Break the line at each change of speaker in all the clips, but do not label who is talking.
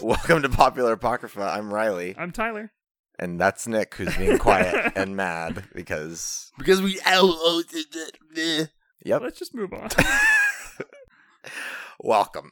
Welcome to Popular Apocrypha. I'm Riley,
I'm Tyler.
and that's Nick, who's being quiet and mad because.
Because we oh, out.
Yep.
Let's just move on.
Welcome.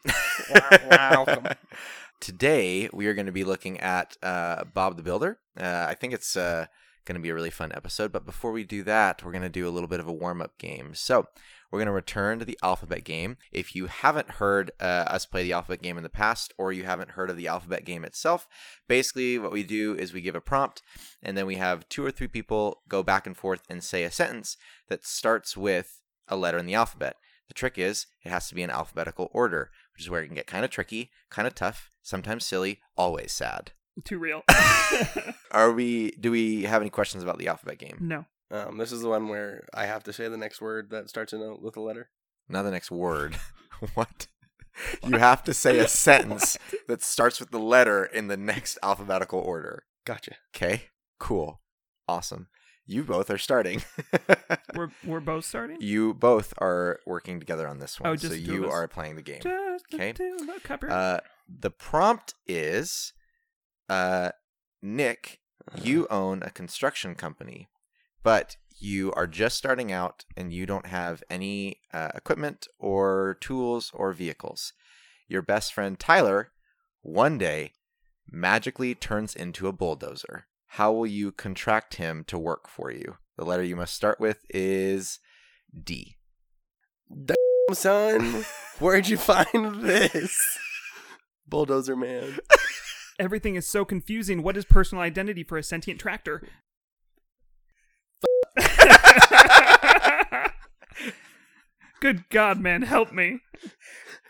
Welcome.
Today we are going to be looking at uh, Bob the Builder. Uh, I think it's uh, going to be a really fun episode. But before we do that, we're going to do a little bit of a warm up game. So we're going to return to the alphabet game. If you haven't heard uh, us play the alphabet game in the past, or you haven't heard of the alphabet game itself, basically what we do is we give a prompt, and then we have two or three people go back and forth and say a sentence that starts with a letter in the alphabet. The trick is it has to be in alphabetical order, which is where it can get kind of tricky, kind of tough, sometimes silly, always sad.
Too real.
Are we? Do we have any questions about the alphabet game?
no.
Um, this is the one where I have to say the next word that starts in a, with a letter.
Now the next word. what? You have to say a sentence that starts with the letter in the next alphabetical order.
Gotcha.
Okay. Cool. Awesome. You both are starting.
We're we're both starting.
you both are working together on this one,
Oh,
so
just two of
you
us?
are playing the game.
Just
Okay.
the two of the cupboard.
Uh, the prompt is uh, Nick, you own a construction company, but you are just starting out and you don't have any uh, equipment or tools or vehicles. Your best friend Tyler one day magically turns into a bulldozer. How will you contract him to work for you? The letter you must start with is D.
Damn, Um, son, where'd you find this? Bulldozer man.
Everything is so confusing. What is personal identity for a sentient tractor? Good God, man, help me.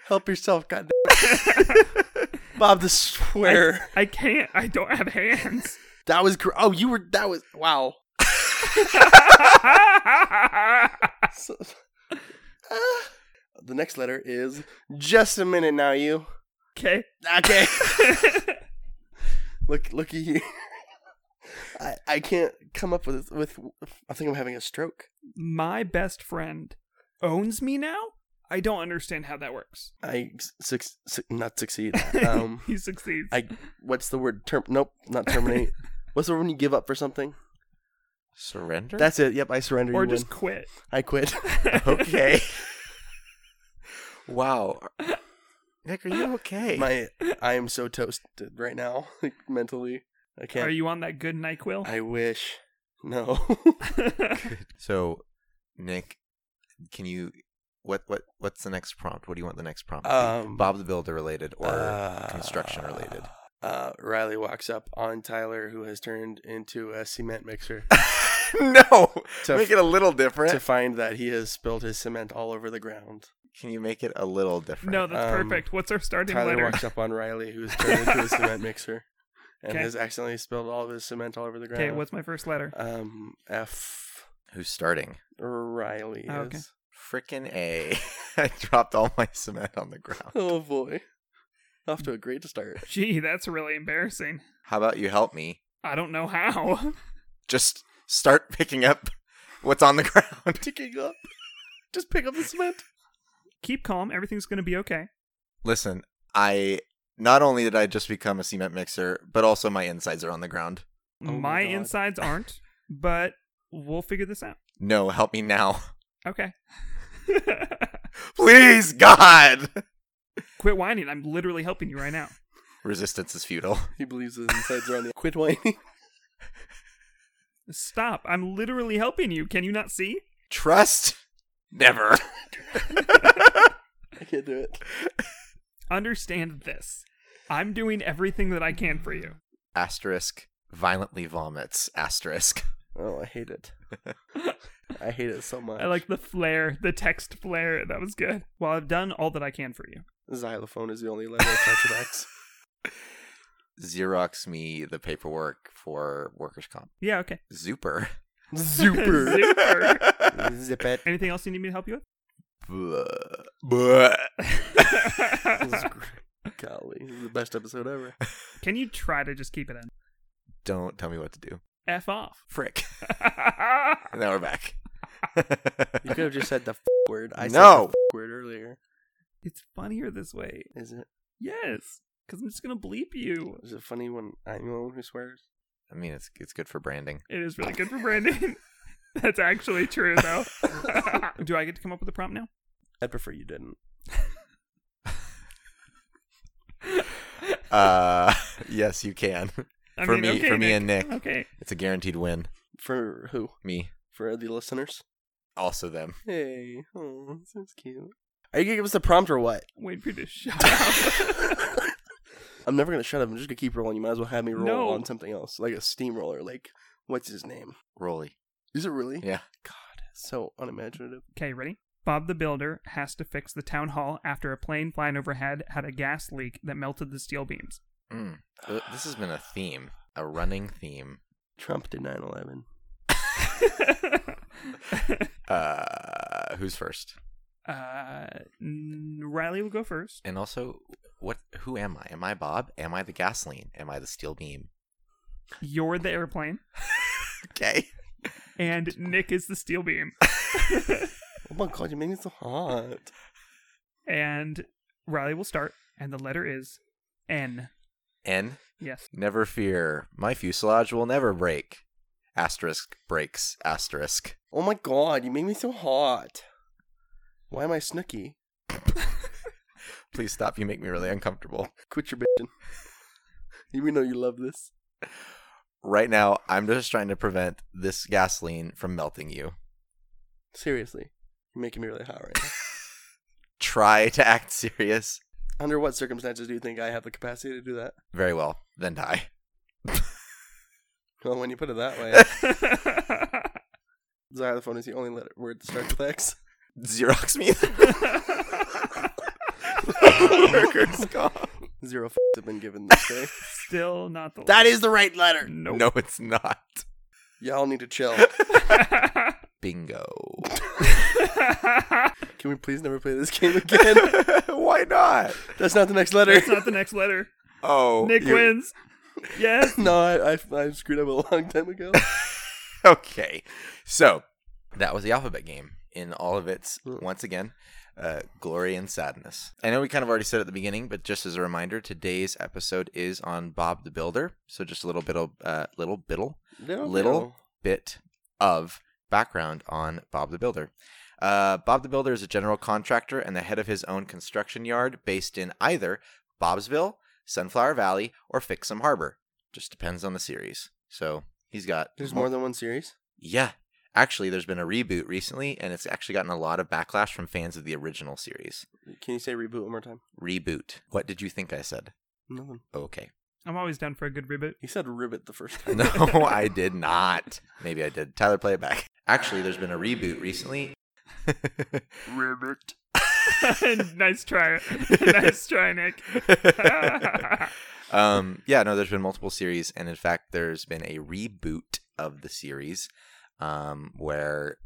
Help yourself, goddamn. Bob the swear.
I can't. I don't have hands.
That was cr- oh, you were that was wow. So- Ah. the next letter is just a minute now. You
okay.
okay? Look, look at you. I I can't come up with with. I think I'm having a stroke.
My best friend owns me now? I don't understand how that works.
I su- su- not succeed. Um,
he succeeds.
I what's the word? Term? Nope, not terminate. what's the word when you give up for something?
Surrender?
That's it. Yep, I surrender.
or
you
just
win.
quit.
I quit.
okay. wow. Nick, are you okay?
My I am so toasted right now mentally. I can't.
Are you on that good NyQuil?
I wish. No.
so, Nick, can you what what what's the next prompt? What do you want the next prompt? to be?
Um,
Bob the Builder related or
Ah.
Uh,
construction related.
Uh, Riley walks up on Tyler, who has turned into a cement mixer,
No.
to,
make it a little
to
different.
find that he has spilled his cement all over the ground.
can you make it a little different?
no, that's
Um,
perfect. What's our starting
Tyler
letter?
walks up on Riley, who's turned into a cement mixer, and
Okay.
has accidentally spilled all of his cement all over the ground.
Okay, what's my first letter?
um F
Who's starting?
Riley is?
Oh, okay.
Frickin' A. I dropped all my cement on the ground.
Oh boy, off to a great start.
Gee, that's really embarrassing.
How about you help me?
I don't know how.
Just start picking up what's on the ground.
Ticking up. Just pick up the cement.
Keep calm. Everything's going to be okay.
Listen, I not only did I just become a cement mixer, but also my insides are on the ground.
Oh my
my
God.
insides aren't, but we'll figure this out.
No, help me now.
Okay.
Please, God.
Quit whining. I'm literally helping you right now.
Resistance is futile.
He believes his insides are on the quit whining.
Stop. I'm literally helping you. Can you not see?
Trust? Never.
I can't do it.
Understand this. I'm doing everything that I can for you.
Asterisk violently vomits. Asterisk.
Oh, I hate it. I hate it so much.
I like the flare, the text flare. That was good. Well, I've done all that I can for you.
xylophone is the only letter of contracts.
Xerox me the paperwork for workers' comp.
Yeah, okay.
Zuper.
Super.
Super.
Zip it.
Anything else you need me to help you with?
Bleh. Bleh.
This is great. Golly, this is the best episode ever.
Can you try to just keep it in?
Don't tell me what to do.
F off.
Frick. now we're back.
You could have just said the f- word. I said
No.
the f- word earlier.
it's funnier this way.
Is it?
Yes. because I'm just gonna bleep you.
Is it funny when I'm the one who swears?
I mean, it's it's good for branding.
It is really good for branding. That's actually true, though. Do I get to come up with a prompt now?
I'd prefer you didn't.
Uh, yes, you can.
I
for me, for me and Nick,
Okay.
it's a guaranteed win.
For who?
Me,
For the listeners?
also them.
Hey, oh, that's cute. Are you gonna give us the prompt or what?
Wait for you to shut up.
I'm never gonna shut up. I'm just gonna keep rolling. You might as well have me roll
No.
on something else, like a steamroller. Like, what's his name?
Rolly.
Is it really?
Yeah.
God, so unimaginative.
okay, ready? Bob the Builder has to fix the town hall after a plane flying overhead had a gas leak that melted the steel beams.
Mm. Uh, This has been a theme, a running theme.
Trump did 9/11.
Uh, who's first?
uh, n- Riley will go first.
And also, what? Who am I? Am I Bob? Am I the gasoline? Am I the steel beam?
You're the airplane,
Okay.
and Nick is the steel beam.
Oh my god, you made me so hot.
and Riley will start, and the letter is N.
N.
Yes.
Never fear, my fuselage will never break. Asterisk breaks asterisk.
Oh my god, you made me so hot. Why am I snooky?
Please stop. You make me really uncomfortable.
Quit your bitching. we know you love this.
Right now, I'm just trying to prevent this gasoline from melting you.
Seriously, you're making me really hot right now.
Try to act serious.
Under what circumstances do you think I have the capacity to do that?
Very well. Then die.
Well, when you put it that way, xylophone is the only letter word that starts with X.
Xerox me. Workers comp.
Zero f- have been given this day.
Still not the
that is the right letter.
Nope.
No, it's not.
Y'all need to chill.
Bingo.
Can we please never play this game again?
Why not?
That's not the next letter.
That's not the next letter.
Oh,
Nick
you-
wins. Yes.
no, I, I I screwed up a long time ago.
Okay, so that was the alphabet game in all of its
Hmm.
once again uh, glory and sadness. I know we kind of already said at the beginning, but just as a reminder, today's episode is on Bob the Builder. So just a little bit of uh, little biddle
No,
Little?
no.
bit of background on Bob the Builder. Uh, Bob the Builder is a general contractor and the head of his own construction yard based in either Bobsville, Sunflower Valley, or Fixum Harbor. Just depends on the series. So he's got.
There's more than one series.
Yeah. Actually, there's been a reboot recently, and it's actually gotten a lot of backlash from fans of the original series.
Can you say reboot one more time?
Reboot. What did you think I said?
No.
Okay.
I'm always down for a good reboot.
You said ribbit the first time.
No, I did not. Maybe I did. Tyler, play it back. Actually, there's been a reboot recently.
ribbit.
nice try. nice try, Nick.
um, yeah, no, there's been multiple series, and in fact, there's been a reboot of the series um, where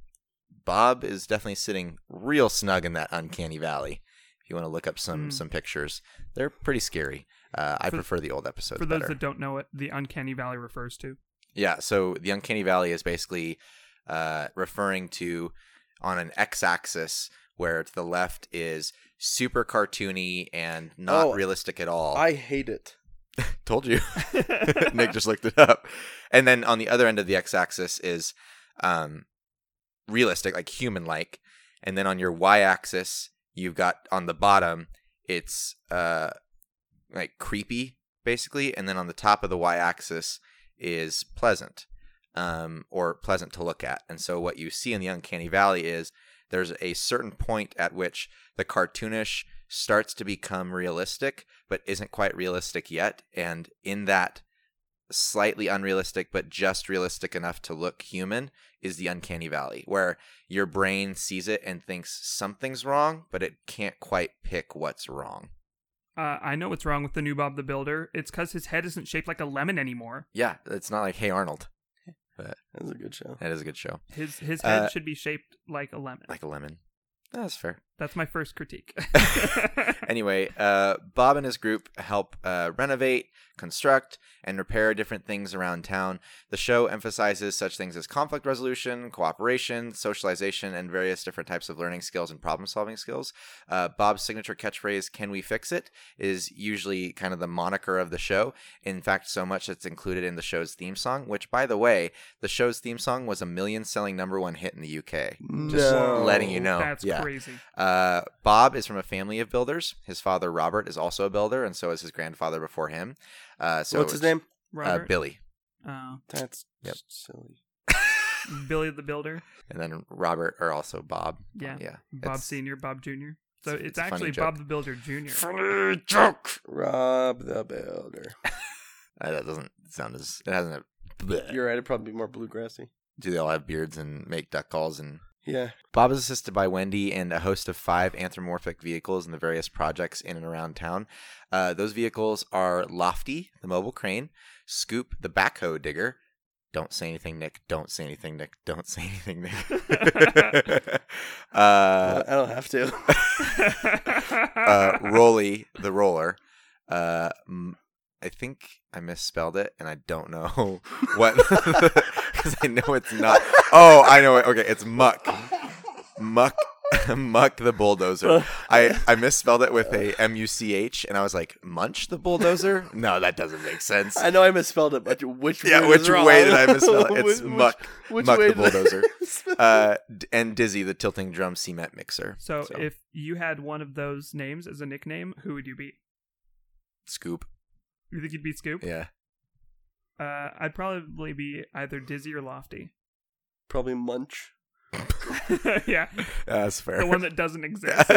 Bob is definitely sitting real snug in that uncanny valley. If you want to look up some
Mm.
some pictures, they're pretty scary. Uh, I
For-
prefer the old episodes
For those
better.
that don't know what the Uncanny Valley refers to,
Yeah, so the uncanny valley is basically uh, referring to on an x-axis where to the left is super cartoony and not
Oh,
realistic at all.
I hate it.
told you. Nick just looked it up. And then on the other end of the x axis is um, realistic, like human like. And then on your y axis, you've got on the bottom, it's uh, like creepy, basically. And then on the top of the y axis is pleasant um, or pleasant to look at. And so what you see in the Uncanny Valley is there's a certain point at which the cartoonish starts to become realistic, but isn't quite realistic yet. And in that slightly unrealistic, but just realistic enough to look human, is the uncanny valley, where your brain sees it and thinks something's wrong, but it can't quite pick what's wrong.
uh, I know what's wrong with the new Bob the Builder. It's because his head isn't shaped like a lemon anymore.
Yeah, it's not like Hey Arnold.
That's a good show.
That is a good show.
His his head
Uh,
should be shaped like a lemon.
Like a lemon. That's fair.
That's my first critique.
anyway, uh, Bob and his group help uh, renovate, construct, and repair different things around town. The show emphasizes such things as conflict resolution, cooperation, socialization, and various different types of learning skills and problem solving skills. Uh, Bob's signature catchphrase, Can we fix it? is usually kind of the moniker of the show. In fact, so much it's included in the show's theme song, which, by the way, the show's theme song was a million selling number one hit in the UK. Just
No.
letting you know.
That's
yeah.
crazy.
Uh, Bob is from a family of builders. His father Robert is also a builder, and so is his grandfather before him. Uh, so it
What's his
was-
name?
Uh,
Robert,
Billy,
uh,
That's
Yep.
just silly.
Billy the Builder,
and then Robert are also Bob.
Yeah.
yeah.
Bob
it's-
Senior, Bob Junior. So
it's- it's
it's,
a funny
actually
joke.
Bob the Builder Junior.
Funny joke.
Rob the Builder.
Uh, that doesn't sound as it hasn't. A, bleh.
You're right. It'd probably be more bluegrassy.
Do they all have beards and make duck calls and?
Yeah.
Bob is assisted by Wendy and a host of five anthropomorphic vehicles in the various projects in and around town. Uh, those vehicles are Lofty, the mobile crane, Scoop, the backhoe digger. Don't say anything, Nick. Don't say anything, Nick. Don't say anything, Nick. uh,
I don't have to.
uh, Rolly, the roller. Uh, m- I think I misspelled it, and I don't know what because I know it's not. Oh, I know it. Okay, it's Muck. Muck. Muck the bulldozer. I, I misspelled it with a M U C H, and I was like, Munch the bulldozer? No, that doesn't make sense.
I know I misspelled it, but which
Yeah,
word
which
is wrong?
way did I misspell it? It's
Which- which-
muck.
Which
Muck
way
the
did I
bulldozer.
misspell it?
Uh, d- and Dizzy, the tilting drum cement mixer.
so, if you had one of those names as a nickname, who would you be?
Scoop.
You think you'd be Scoop?
Yeah.
Uh, I'd probably be either Dizzy or Lofty.
Probably munch.
yeah,
That's fair.
the one that doesn't exist.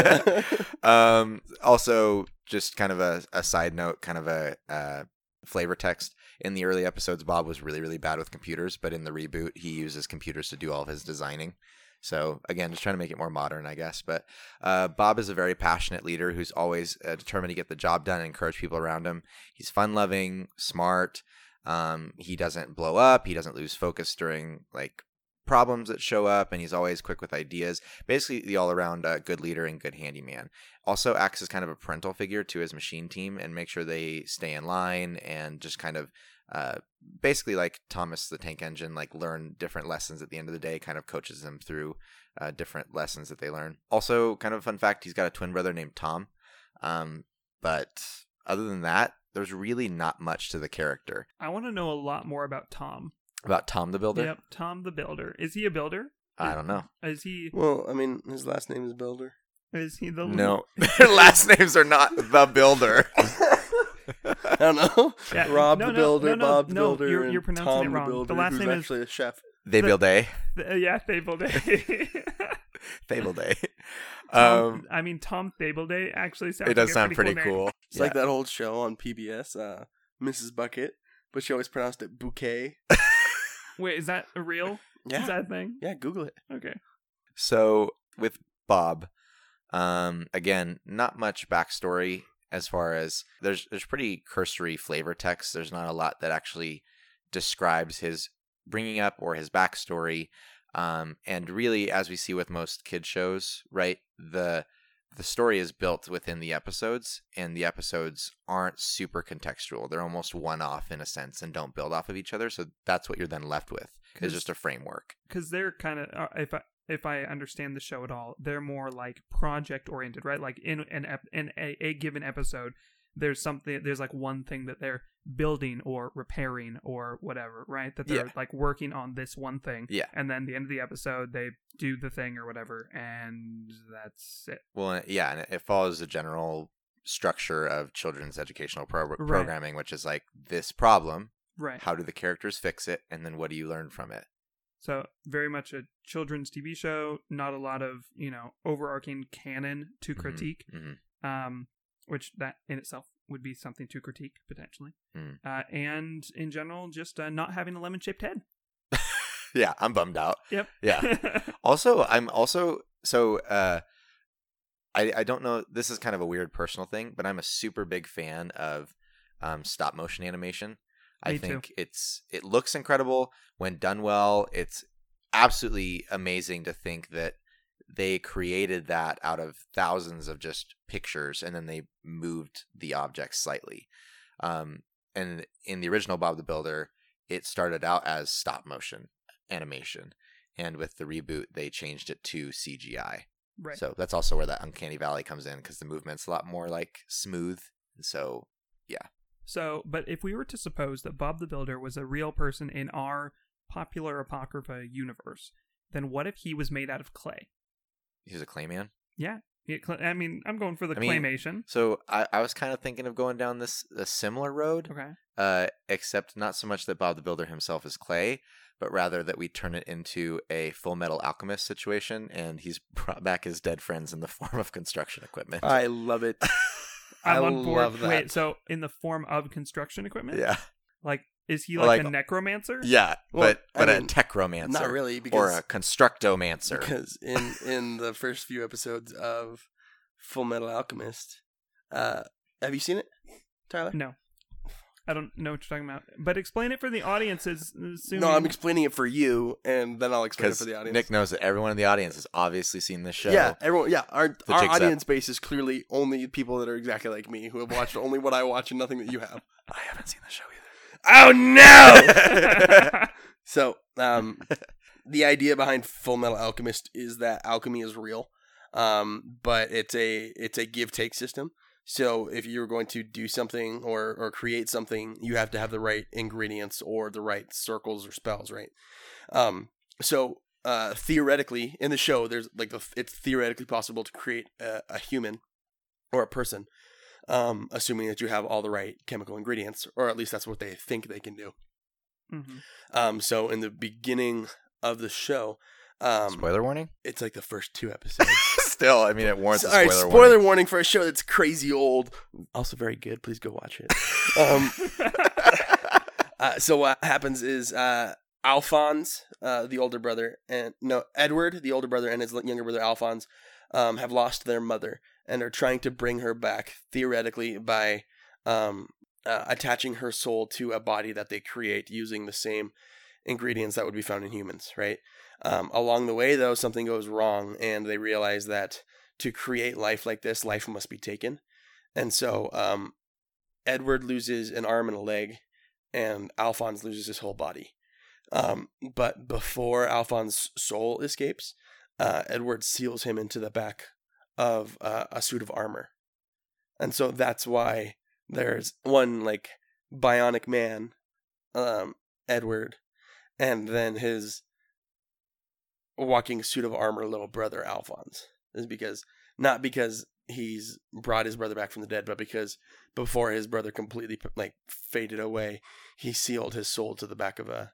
um, also, just kind of a, a side note, kind of a uh, flavor text. In the early episodes, Bob was really, really bad with computers, but in the reboot, he uses computers to do all of his designing. So, again, just trying to make it more modern, I guess. But uh, Bob is a very passionate leader who's always uh, determined to get the job done and encourage people around him. He's fun loving, smart. Um, he doesn't blow up, he doesn't lose focus during like problems that show up, and he's always quick with ideas basically the all around uh, good leader and good handyman. Also acts as kind of a parental figure to his machine team and make sure they stay in line and just kind of uh, basically like Thomas the Tank Engine, like learn different lessons at the end of the day, kind of coaches them through uh, different lessons that they learn. Also, kind of a fun fact he's got a twin brother named Tom. Um, but other than that, there's really not much to the character
I want to know a lot more about Tom.
about Tom the Builder.
Yep, Tom the Builder. Is he a builder?
I don't know.
Is he?
well, I mean, his last name is Builder.
Is he the
No, their last names are not the Builder.
I don't know.
Yeah,
Rob
no,
the
no,
Builder,
no, no,
Bob the
no,
Builder,
you're-
and
you're pronouncing
Tom
it wrong.
the
The
Builder,
last
who's
name is-
actually a chef.
They
The-
build a.
Th- yeah, Fableday.
Fableday.
Tom-
Um,
I mean, Tom Fableday actually sounds.
it does
like
sound
a
pretty
pretty,
cool.
It's like that old show on PBS, uh, Mrs. Bucket, but she always pronounced it bouquet.
cool. Wait, is that a real? Is
Yeah,
that a thing?
yeah. Google it.
Okay.
So with Bob, um, again, not much backstory as far as there's there's pretty cursory flavor text. There's not a lot that actually describes his bringing up or his backstory. Um, and really, as we see with most kid shows, right the the story is built within the episodes, and the episodes aren't super contextual. They're almost one off in a sense, and don't build off of each other. So that's what you're then left with is just a framework.
because they're kind of if I if I understand the show at all, they're more like project oriented, right? Like in an ep- in a, a given episode, there's something there's like one thing that they're building or repairing or whatever, right? That they're
Yeah.
like working on this one thing,
Yeah.
And then the end of the episode, they do the thing or whatever, and that's it.
Well, and- yeah, and it- it follows the general structure of children's educational pro- programming, which is like this problem,
Right.
how do the characters fix it, and then what do you learn from it?
So very much a children's TV show, not a lot of, you know, overarching canon to
Mhm.
critique.
Mhm.
Um which that in itself would be something to critique potentially.
Mm.
Uh, and in general just uh, not having a lemon shaped head.
Yeah, I'm bummed out.
Yep.
Yeah. also i'm also so uh i i don't know this is kind of a weird personal thing but i'm a super big fan of um stop motion animation i
Me too.
think it's it looks incredible when done well it's absolutely amazing to think that they created that out of thousands of just pictures and then they moved the object slightly. Um, and in the original Bob the Builder, it started out as stop motion animation. And with the reboot, they changed it to CGI.
Right.
So that's also where that uncanny valley comes in because the movement's a lot more like smooth. And so
So, but if we were to suppose that Bob the Builder was a real person in our popular Apocrypha universe, then what if he was made out of clay?
he's a clay man.
Yeah. Yeah, cl- I mean, I'm going for the
I mean-
claymation.
So I, I was kind of thinking of going down this a similar road,
Okay.
uh, except not so much that Bob the Builder himself is clay, but rather that we turn it into a Full Metal Alchemist situation, and he's brought back his dead friends in the form of construction equipment.
I love it. I
I'm on board.
love that.
Wait, so in the form of construction equipment?
yeah,
Like, is he
Well,
like, a
like-
necromancer?
yeah,
Well,
but
I
but
mean,
a tech romancer,
Not really,
or
because
a constructomancer.
because in in the first few episodes of Full Metal Alchemist, uh, have you seen it, Tyler?
No. I don't know what you're talking about. But explain it for the audiences. Assuming...
No, I'm explaining it for you, and then I'll explain it for
Because
the audience.
Nick knows that everyone in the audience has obviously seen this show.
Yeah, everyone. Yeah, our
The
our
jig's up.
audience base is clearly only people that are exactly like me who have watched only what I watch and nothing that you have.
I haven't seen the show either.
Oh no! so, um, the idea behind Full Metal Alchemist is that alchemy is real, um, but it's a it's a give take system. So, if you're going to do something or or create something, you have to have the right ingredients or the right circles or spells, right? Um, so. Uh, theoretically, in the show, there's like the, it's theoretically possible to create a, a human or a person, um, assuming that you have all the right chemical ingredients, or at least that's what they think they can do.
Mhm.
Um, so in the beginning of the show, um,
Spoiler warning.
it's like the first two episodes.
Still, I mean, it warrants a
All
spoiler,
right, spoiler
warning.
warning. for a show that's crazy old, also very good. Please go watch it. um, uh, so what happens is uh, Alphonse, uh, the older brother, and no Edward, the older brother, and his younger brother Alphonse, um, have lost their mother and are trying to bring her back theoretically by um, uh, attaching her soul to a body that they create using the same ingredients that would be found in humans, right? Um, along the way, though, something goes wrong, and they realize that to create life like this, life must be taken. And so um, Edward loses an arm and a leg, and Alphonse loses his whole body. Um, but before Alphonse's soul escapes, uh, Edward seals him into the back of uh, a suit of armor. And so that's why there's one like bionic man, um, Edward, and then his walking suit of armor little brother, Alphonse, is because not because he's brought his brother back from the dead, but because before his brother completely like faded away, he sealed his soul to the back of a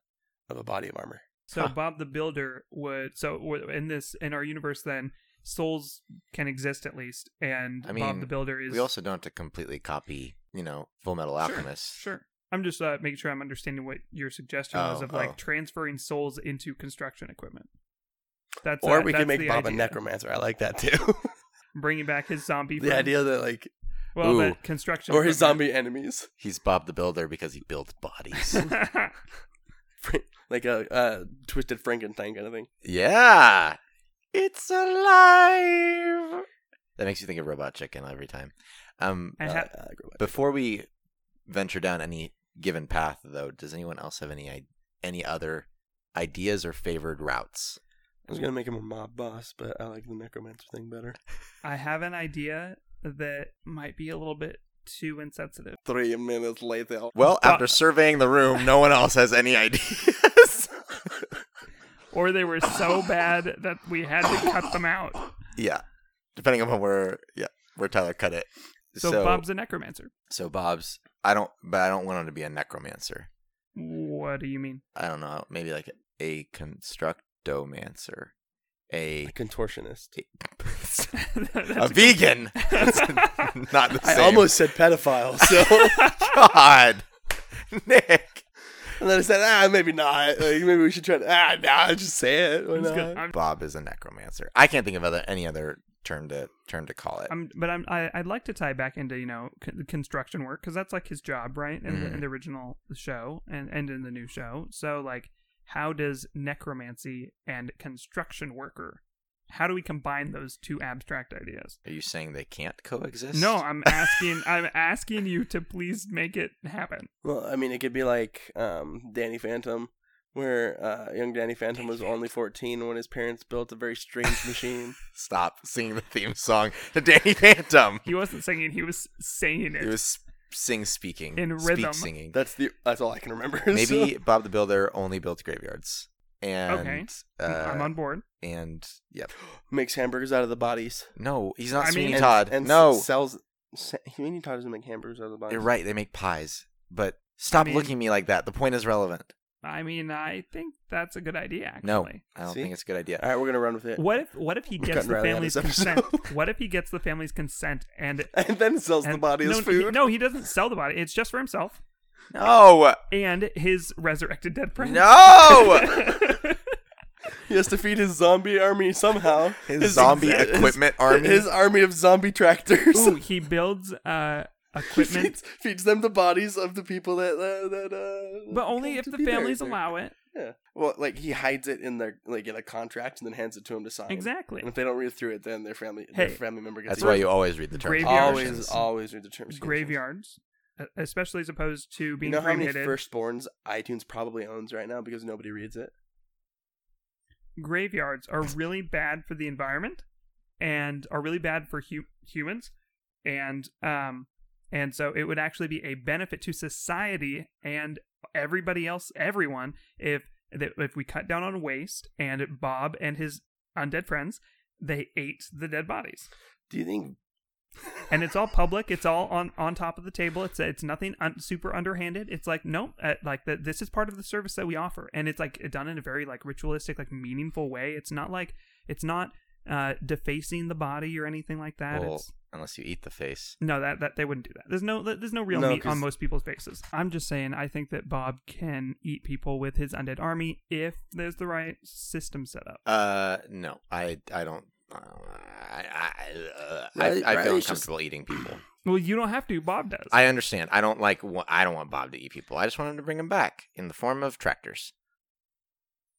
of a body of armor.
So
Huh.
Bob the Builder would. So w- in this, in our universe, then souls can exist at least, and
I
Bob
mean,
the Builder is
We also don't have to completely copy, you know, Full Metal Alchemist.
Sure. I'm just uh, making sure I'm understanding what your suggestion was
Oh,
of like
oh.
transferring souls into construction equipment. That's
or
uh,
we
that's
can make
the
Bob a
idea.
necromancer. I like that too.
bringing back his zombie.
the
friend.
idea that like
well,
Ooh.
that construction
or his
equipment.
zombie enemies,
He's Bob the Builder because he builds bodies.
Fra- like a, a twisted Frankenstein kind of thing.
yeah, it's alive. That makes you think of Robot Chicken every time. Um,
I
Uh,
ha-
I agree with that.
before we venture down any given path, though, does anyone else have any i- any other ideas or favored routes?
I was gonna make him a mob boss, but I like the necromancer thing better.
I have an idea that might be a little bit too insensitive.
Three minutes later.
Well,
Uh,
after surveying the room, no one else has any ideas.
Or they were so bad that we had to cut them out.
yeah, depending on where yeah where Tyler cut it.
So, Bob's a necromancer.
so Bob's. I don't, but I don't want him to be a necromancer.
What do you mean?
I don't know. Maybe like a constructomancer, a
A contortionist.
a
That's-
vegan. That's not the
I
same.
almost said pedophile, so
God, Nick.
and then I said, ah, maybe not. Like, maybe we should try. To, ah, nah, just say it. Why
I'm just gonna-
not?
I'm-
Bob is a necromancer. I can't think of other any other term to term to call it.
I'm, but I'm, I, I'd like to tie back into you know con- construction work because that's like his job, right? In, the, in the original show and and in the new show. So like, how does necromancy and construction worker how do we combine those two abstract ideas?
Are you saying they can't coexist?
No, I'm asking I'm asking you to please make it happen.
Well, I mean, it could be like um, Danny Phantom, where uh, young Danny Phantom was only 14 when his parents built a very strange machine.
Stop singing the theme song to Danny Phantom.
He wasn't singing, he was saying it.
It was sing speaking
In
Speak
rhythm.
singing.
That's the that's all I can remember.
Maybe Bob the Builder only built graveyards. And
Okay.
uh,
I'm on board.
and yep.
so. makes hamburgers out of the bodies.
No, he's not
I mean-
Sweeney
And-
Todd.
and s-
no,
sells. s- Sweeney Todd doesn't make hamburgers out of the bodies.
you're right. They make pies, but stop
mean-
looking at me like that. The point is relevant.
I mean, I think that's a good idea actually.
No, I don't
See? Uh,
think it's a good idea.
All right, we're gonna run with it,
What if what if he
We've
gets
gotten
the
Riley out of
family's
this
consent?
episode.
What if he gets the family's consent and
and then sells the
and-
body
no,
as food.
He, no, he doesn't sell the body. It's just for himself
No,
and his resurrected dead friend.
no.
He has to feed his zombie army somehow.
His zombie
exa-
equipment
his,
army?
His army of zombie tractors.
Ooh, he builds uh
He
equipment
feeds, feeds them the bodies of the people that uh, that. Uh,
But only
come
if
to
the
be buried
families
there.
allow it.
Yeah. Well, like he hides it in their like in a contract and then hands it to him to sign.
Exactly.
And if they don't read through it, then their family their
Hey,
family member gets.
That's
it.
why you always read the terms. and
always
conditions.
always read the terms. and conditions.
Graveyards, e- especially as opposed to
You
being
know how many
cremated.
firstborns iTunes probably owns right now because nobody reads it.
Graveyards are really bad for the environment, and are really bad for hu- humans, and um, and so it would actually be a benefit to society and everybody else, everyone, if that if we cut down on waste and Bob and his undead friends, they ate the dead bodies.
Do you think?
and it's all public. It's all on on top of the table. It's it's nothing un, super underhanded. It's like no, uh, like that. This is part of the service that we offer, and it's like done in a very like ritualistic, like meaningful way. It's not like it's not uh defacing the body or anything like that.
Well,
it's,
unless you eat the face.
no, that that they wouldn't do that. There's no there's no real
No,
meat
'cause-
on most people's faces. I'm just saying. I think that Bob can eat people with his undead army if there's the right system set up.
Uh, no, I I don't. I I, uh,
Riley-
I, I feel
Riley's just-
uncomfortable eating people.
Well, you don't have to. Bob does.
I understand. I don't like. wa- I don't want Bob to eat people. I just want him to bring him back in the form of tractors.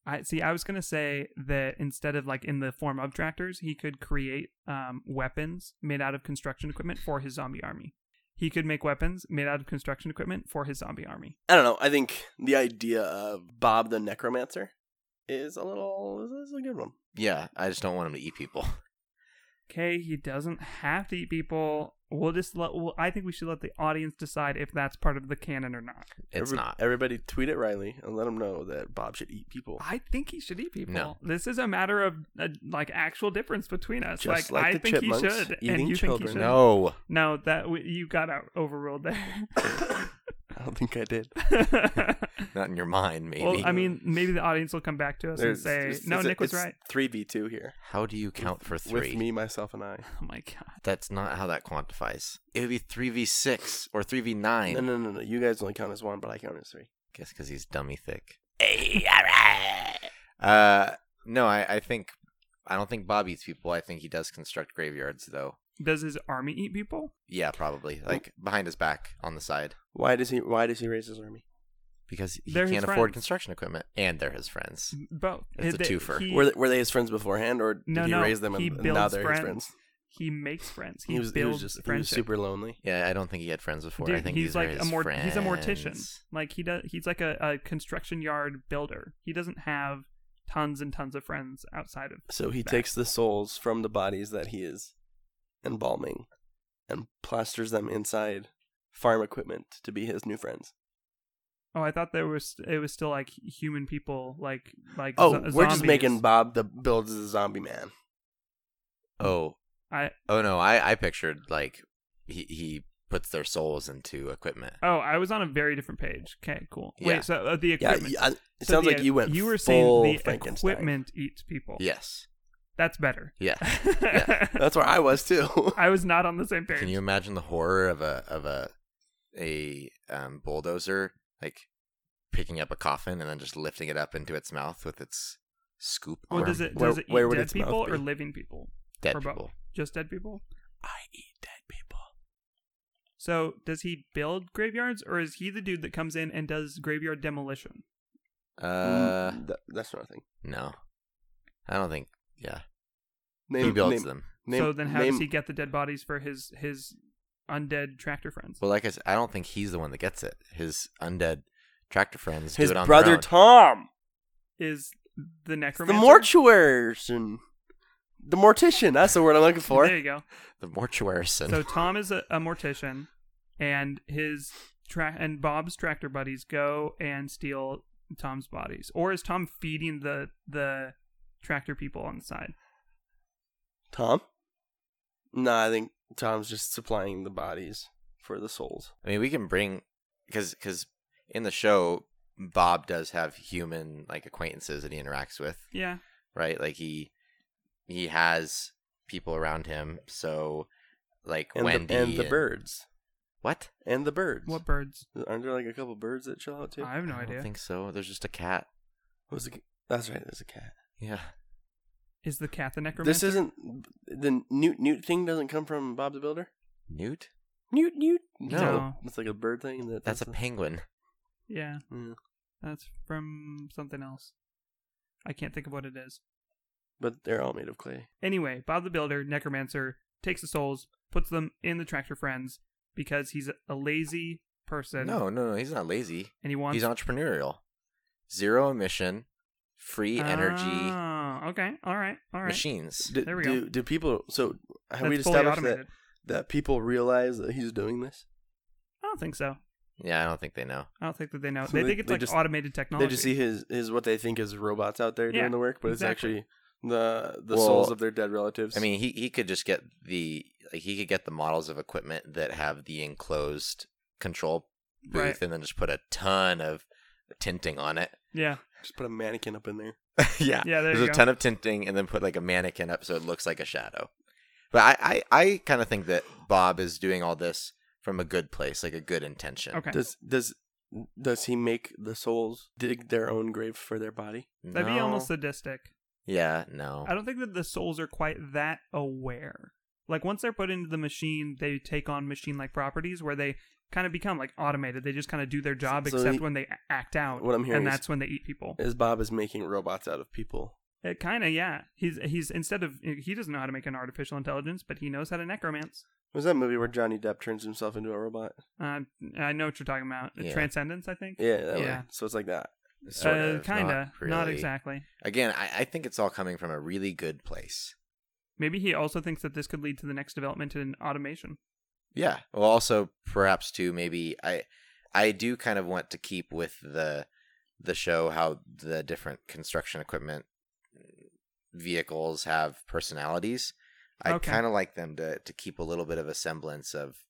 I see. I was gonna say that instead of like in the form of tractors, he could create um, weapons made out of construction equipment for his zombie army. He could make weapons made out of construction equipment for his zombie army.
I don't know. I think the idea of Bob the Necromancer is a little is a good one.
Yeah, I just don't want him to eat people.
Okay, he doesn't have to eat people. We'll just let. Well, I think we should let the audience decide if that's part of the canon or not.
It's
Every-
not.
Everybody tweet at Riley and let him know that Bob should eat people.
I think he should eat people.
No.
This is a matter of uh, like actual difference between us.
Just like
I
the
think he
chipmunks
should, and
eating
you think
children.
he should.
No.
no, that w- you got out overruled there.
I don't think I did.
Not in your mind, maybe.
Well, I mean, maybe the audience will come back to us
There's-
and
it's-
say, "No,
it's a-
Nick was
it's
right."
Three v two here.
how do you count for three?
With me, myself, and I.
Oh my god!
That's not how that quantifies. It would be three v six or three v nine.
No, no, no, no. You guys only count as one, but I count as three.
Guess because he's dummy thick. uh, no, I, I think I don't think Bob eats people. I think he does construct graveyards, though.
Does his army eat people?
Yeah, probably like behind his back on the side
Why does he? Why does he raise his army?
because he
They're his
can't afford
friends.
construction equipment, and they're his friends.
Both.
It's a
They-
twofer.
He,
Were they, were they his friends beforehand, or did
No,
he
no,
raise them
he
and, and now
builds
they're his
friends.
friends?
he makes friends. He,
he was. He was
builds
just. He was
friendship.
super lonely.
Yeah, I don't think he had friends before.
Dude,
I think
he's
these are
like a
his
mor-
friends.
he's a mortician. Like he does. He's like a, a construction yard builder. He doesn't have tons and tons of friends outside of.
So he
that.
takes the souls from the bodies that he is embalming, and plasters them inside farm equipment to be his new friends.
Oh, I thought there was. It was still like human people, like like.
Oh,
zo-
we're just making
zombies.
Bob the build as a zombie man.
Oh,
I
oh no, I I pictured like he he puts their souls into equipment.
oh, I was on a very different page. Okay, cool.
Yeah.
Wait, so uh, the
Yeah,
equipment.
I- it
So
sounds
the-
like you went.
You were
full
saying the
Frankenstein.
equipment eats people.
Yes.
that's better.
Yeah. Yeah.
That's where I was too.
I was not on the same page.
Can you imagine the horror of a of a a um, bulldozer like picking up a coffin and then just lifting it up into its mouth with its scoop
Well,
arm?
Oh, does it
Where-
does it eat
where would
dead
its mouth
people
be?
or living people?
Dead
or both?
people.
Just dead people.
I eat dead people.
So does he build graveyards or is he the dude that comes in and does graveyard demolition?
Uh,
Mm, that, that's not a thing.
no, I don't think. Yeah,
Name,
he builds
name,
them.
Name,
so then, how
name,
does he get the dead bodies for his his undead tractor friends?
Well, like I said, I don't think he's the one that gets it. His undead tractor friends
his
do it on
brother
their own.
Tom,
Is the
the
necromancer
mortuarson, the mortician. That's the word I'm looking for.
There you go.
the mortuary son.
So Tom is a, a mortician, and his tra- and Bob's tractor buddies go and steal Tom's bodies. Or is Tom feeding the the tractor people on the side?
Tom? No, I think Tom's just supplying the bodies for the souls.
I mean, we can bring because because in the show, Bob does have human like acquaintances that he interacts with,
Yeah,
right? Like he he has people around him. So like
And,
Wendy
the, and the birds.
What?
And the birds.
what birds?
Aren't there like a couple birds that chill out too?
I have no
I don't
idea.
think so. There's just a cat.
Was it, that's right, there's a cat.
Yeah.
Is the cat the necromancer?
This isn't. The Newt Newt thing doesn't come from Bob the Builder?
Newt?
Newt Newt?
No.
It's like a bird thing. That,
That's a penguin.
Yeah,
yeah.
that's from something else. I can't think of what it is.
But they're all made of clay.
Anyway, Bob the Builder, Necromancer, takes the souls, puts them in the Tractor Friends because he's a lazy person.
No, no, no. He's not lazy.
And he wants.
He's entrepreneurial. Zero emission, free energy
Oh, okay. All right. All right.
machines.
Do,
There we
do, do people. So have
That's
we
fully
established that,
automated.
that people realize that he's doing this?
I don't think so.
Yeah, I don't think they know.
I don't think that they know.
So
They,
they-
think it's
they
like
just-
automated technology.
They just see his his what they think is robots out there
Yeah,
doing the work, but
exactly.
it's actually the the
Well,
souls of their dead relatives.
I mean, he, he could just get the like he could get the models of equipment that have the enclosed control booth
Right.
and then just put a ton of tinting on it.
Yeah.
just put a mannequin up in there.
yeah,
Yeah, there
there's
you
a
go.
ton of tinting and then put like a mannequin up so it looks like a shadow. But I I, I kind of think that Bob is doing all this from a good place, like a good intention.
Okay.
Does does does he make the souls dig their own grave for their body?
That'd be
No.
almost sadistic.
yeah, no.
I don't think that the souls are quite that aware. Like once they're put into the machine, they take on machine-like properties where they kind of become like automated. They just kind of do their job,
So
except
he-
when they a- act out.
What I'm hearing
and
is-
that's when they eat people.
Is Bob is making robots out of people?
It kind of yeah. He's he's instead of he doesn't know how to make an artificial intelligence, but he knows how to necromance.
Was that movie where Johnny Depp turns himself into a robot?
Uh, I know what you're talking about.
Yeah.
Transcendence, I think.
Yeah, that
Yeah.
One. So it's like that.
Sort
uh,
of,
kinda,
not
not
really.
exactly.
Again, I, I think it's all coming from a really good place.
Maybe he also thinks that this could lead to the next development in automation.
Yeah. Well, also perhaps too maybe I I do kind of want to keep with the the show how the different construction equipment mm, vehicles have personalities. I would
Okay.
kind of like them to to keep a little bit of a semblance of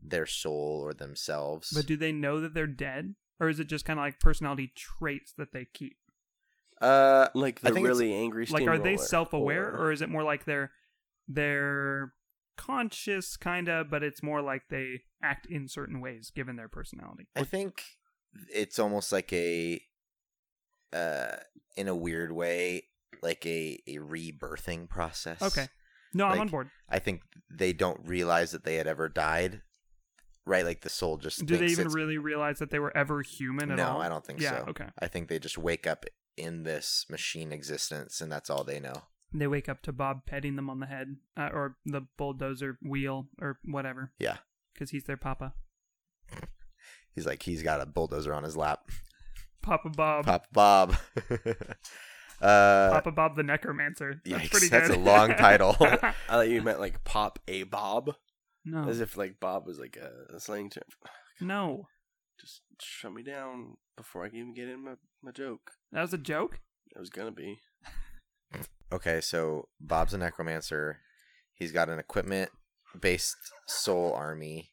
their soul or themselves.
But do they know that they're dead, or is it just kind of like personality traits that they keep?
uh
Like
I
the
think it's-
really angry.
like, are they
steamroller,
self-aware, or is it more like they're they're conscious, kind of, but it's more like they act in certain ways given their personality?
I think it's almost like a uh in a weird way like a a rebirthing process.
Okay. No, I'm
Like,
on board.
I think they don't realize that they had ever died. Right, like the soul just.
Do they
thinks
even
it's-
really realize that they were ever human at
No,
all?
I don't think
yeah,
so.
Okay.
I think they just wake up in this machine existence, and that's all they know.
They wake up to Bob petting them on the head, uh, or the bulldozer wheel, or whatever,
Yeah,
because he's their papa,
he's like he's got a bulldozer on his lap.
Papa Bob,
Pop Bob. uh,
Papa Bob the necromancer. That's
yikes,
pretty good.
that's a long title.
I thought you meant like pop a bob,
no,
as if like Bob was like a, a slang term.
no,
Just shut me down before I can even get in my, my joke.
that was a joke.
It was gonna be.
okay, so Bob's a necromancer. He's got an equipment-based soul army.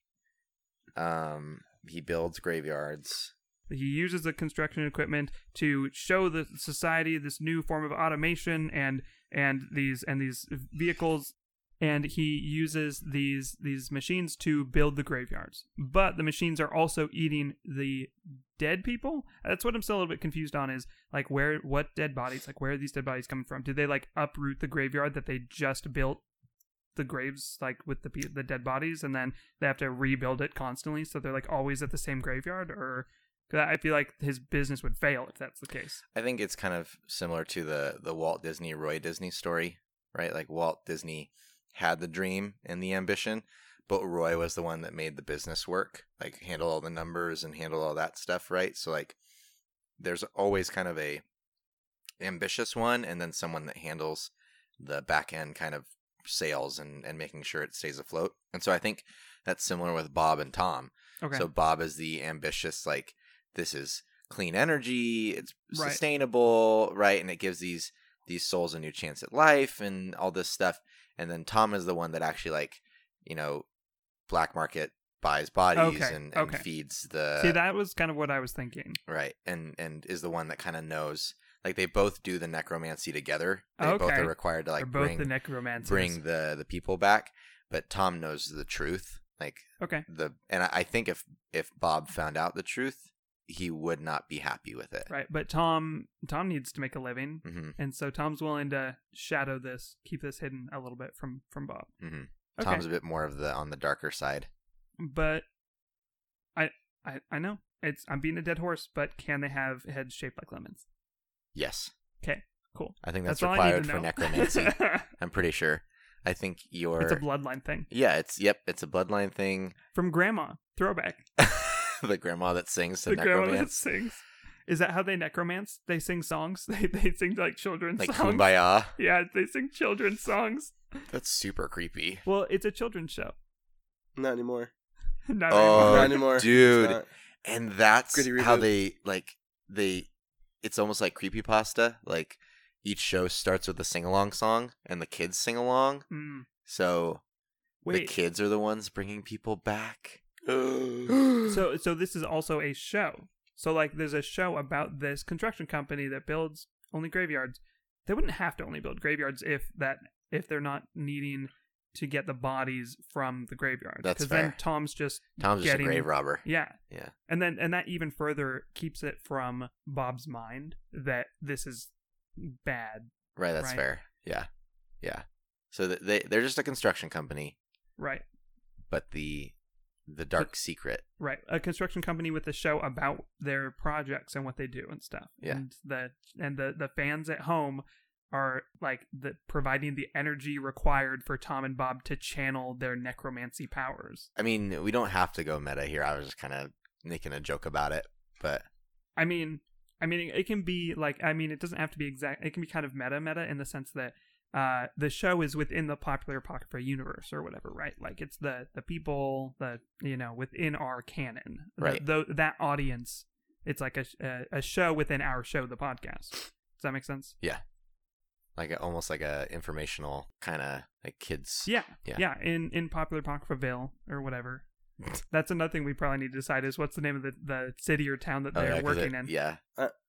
Um, he builds graveyards.
He uses the construction equipment to show the society this new form of automation and and these and these vehicles and he uses these these machines to build the graveyards. But the machines are also eating the dead people. That's what I'm still a little bit confused on is like where what dead bodies like where are these dead bodies coming from? Did they like uproot the graveyard that they just built the graves like with the pe- the dead bodies and then they have to rebuild it constantly so they're like always at the same graveyard or 'cause I feel like his business would fail if that's the case.
I think it's kind of similar to the the Walt Disney Roy Disney story right? Like Walt Disney had the dream and the ambition, but Roy was the one that made the business work, like handle all the numbers and handle all that stuff, right? So like there's always kind of a ambitious one and then someone that handles the back end kind of sales and, and making sure it stays afloat. And so I think that's similar with Bob and Tom.
Okay.
So Bob is the ambitious, like this is clean energy, it's
Right.
sustainable, right? And it gives these these souls a new chance at life and all this stuff. And then Tom is the one that actually like, you know, black market buys bodies
Okay,
and, and
okay.
feeds the
See, that was kind of what I was thinking.
right and and is the one that kind of knows like they both do the necromancy together they both
Okay.
are required to like
They're both
bring
the necromancers.
bring the the people back but tom knows the truth like
okay.
the and i, I think if if bob found out the truth he would not be happy with it
Right, but Tom Tom needs to make a living,
hmm
and so Tom's willing to shadow this, keep this hidden a little bit from from Bob.
hmm
Okay.
tom's a bit more of the on the darker side
but I I I know it's I'm beating a dead horse, but can they have heads shaped like lemons?
yes
Okay, cool.
i think that's,
all
required
I
for
need to know.
necromancy i'm pretty sure i think your
it's a bloodline thing
yeah it's yep it's a bloodline thing
from grandma. Throwback.
the grandma that sings to
the grandma that
necromance
sings. Is that how they necromance? They sing songs. They they sing like children's
like
songs.
kumbaya
Yeah, they sing children's songs.
That's super creepy.
Well, it's a children's show.
Not anymore.
Not
Oh,
Not
anymore.
anymore. It's
dude.
not.
And that's
Gritty
how
reboot.
they like they it's almost like creepy pasta. Like each show starts with a sing along song and the kids sing along.
Mm.
So the
Wait.
kids are the ones bringing people back.
so so this is also a show. So like there's a show about this construction company that builds only graveyards. They wouldn't have to only build graveyards if that if they're not needing to get the bodies from the graveyard.
That's
then
fair.
Tom's just
Tom's just
Getting-
a grave robber.
yeah.
Yeah.
And then and that even further keeps it from Bob's mind that this is bad.
Right, that's
Right.
fair. Yeah. Yeah. So th- they they're just a construction company,
Right.
but the the dark secret.
Right. A construction company with a show about their projects and what they do and stuff.
Yeah.
And the and the, the fans at home are like the providing the energy required for Tom and Bob to channel their necromancy powers.
I mean, we don't have to go meta here. I was just kind of making a joke about it, but
I mean I mean it can be like I mean it doesn't have to be exact it can be kind of meta meta in the sense that uh the show is within the popular pocket for universe or whatever, right? Like it's the the people that you know within our canon. The-
Right.
tho- that audience it's like a, sh- a a show within our show the podcast. Does that make sense?
like a, almost like a informational kind of like kids
Yeah,
Yeah.
yeah, In in popular Pockville or whatever. That's another thing we probably need to decide is what's the name of the, the city or town that
Oh,
they're
yeah, 'cause it-
working in.
Yeah,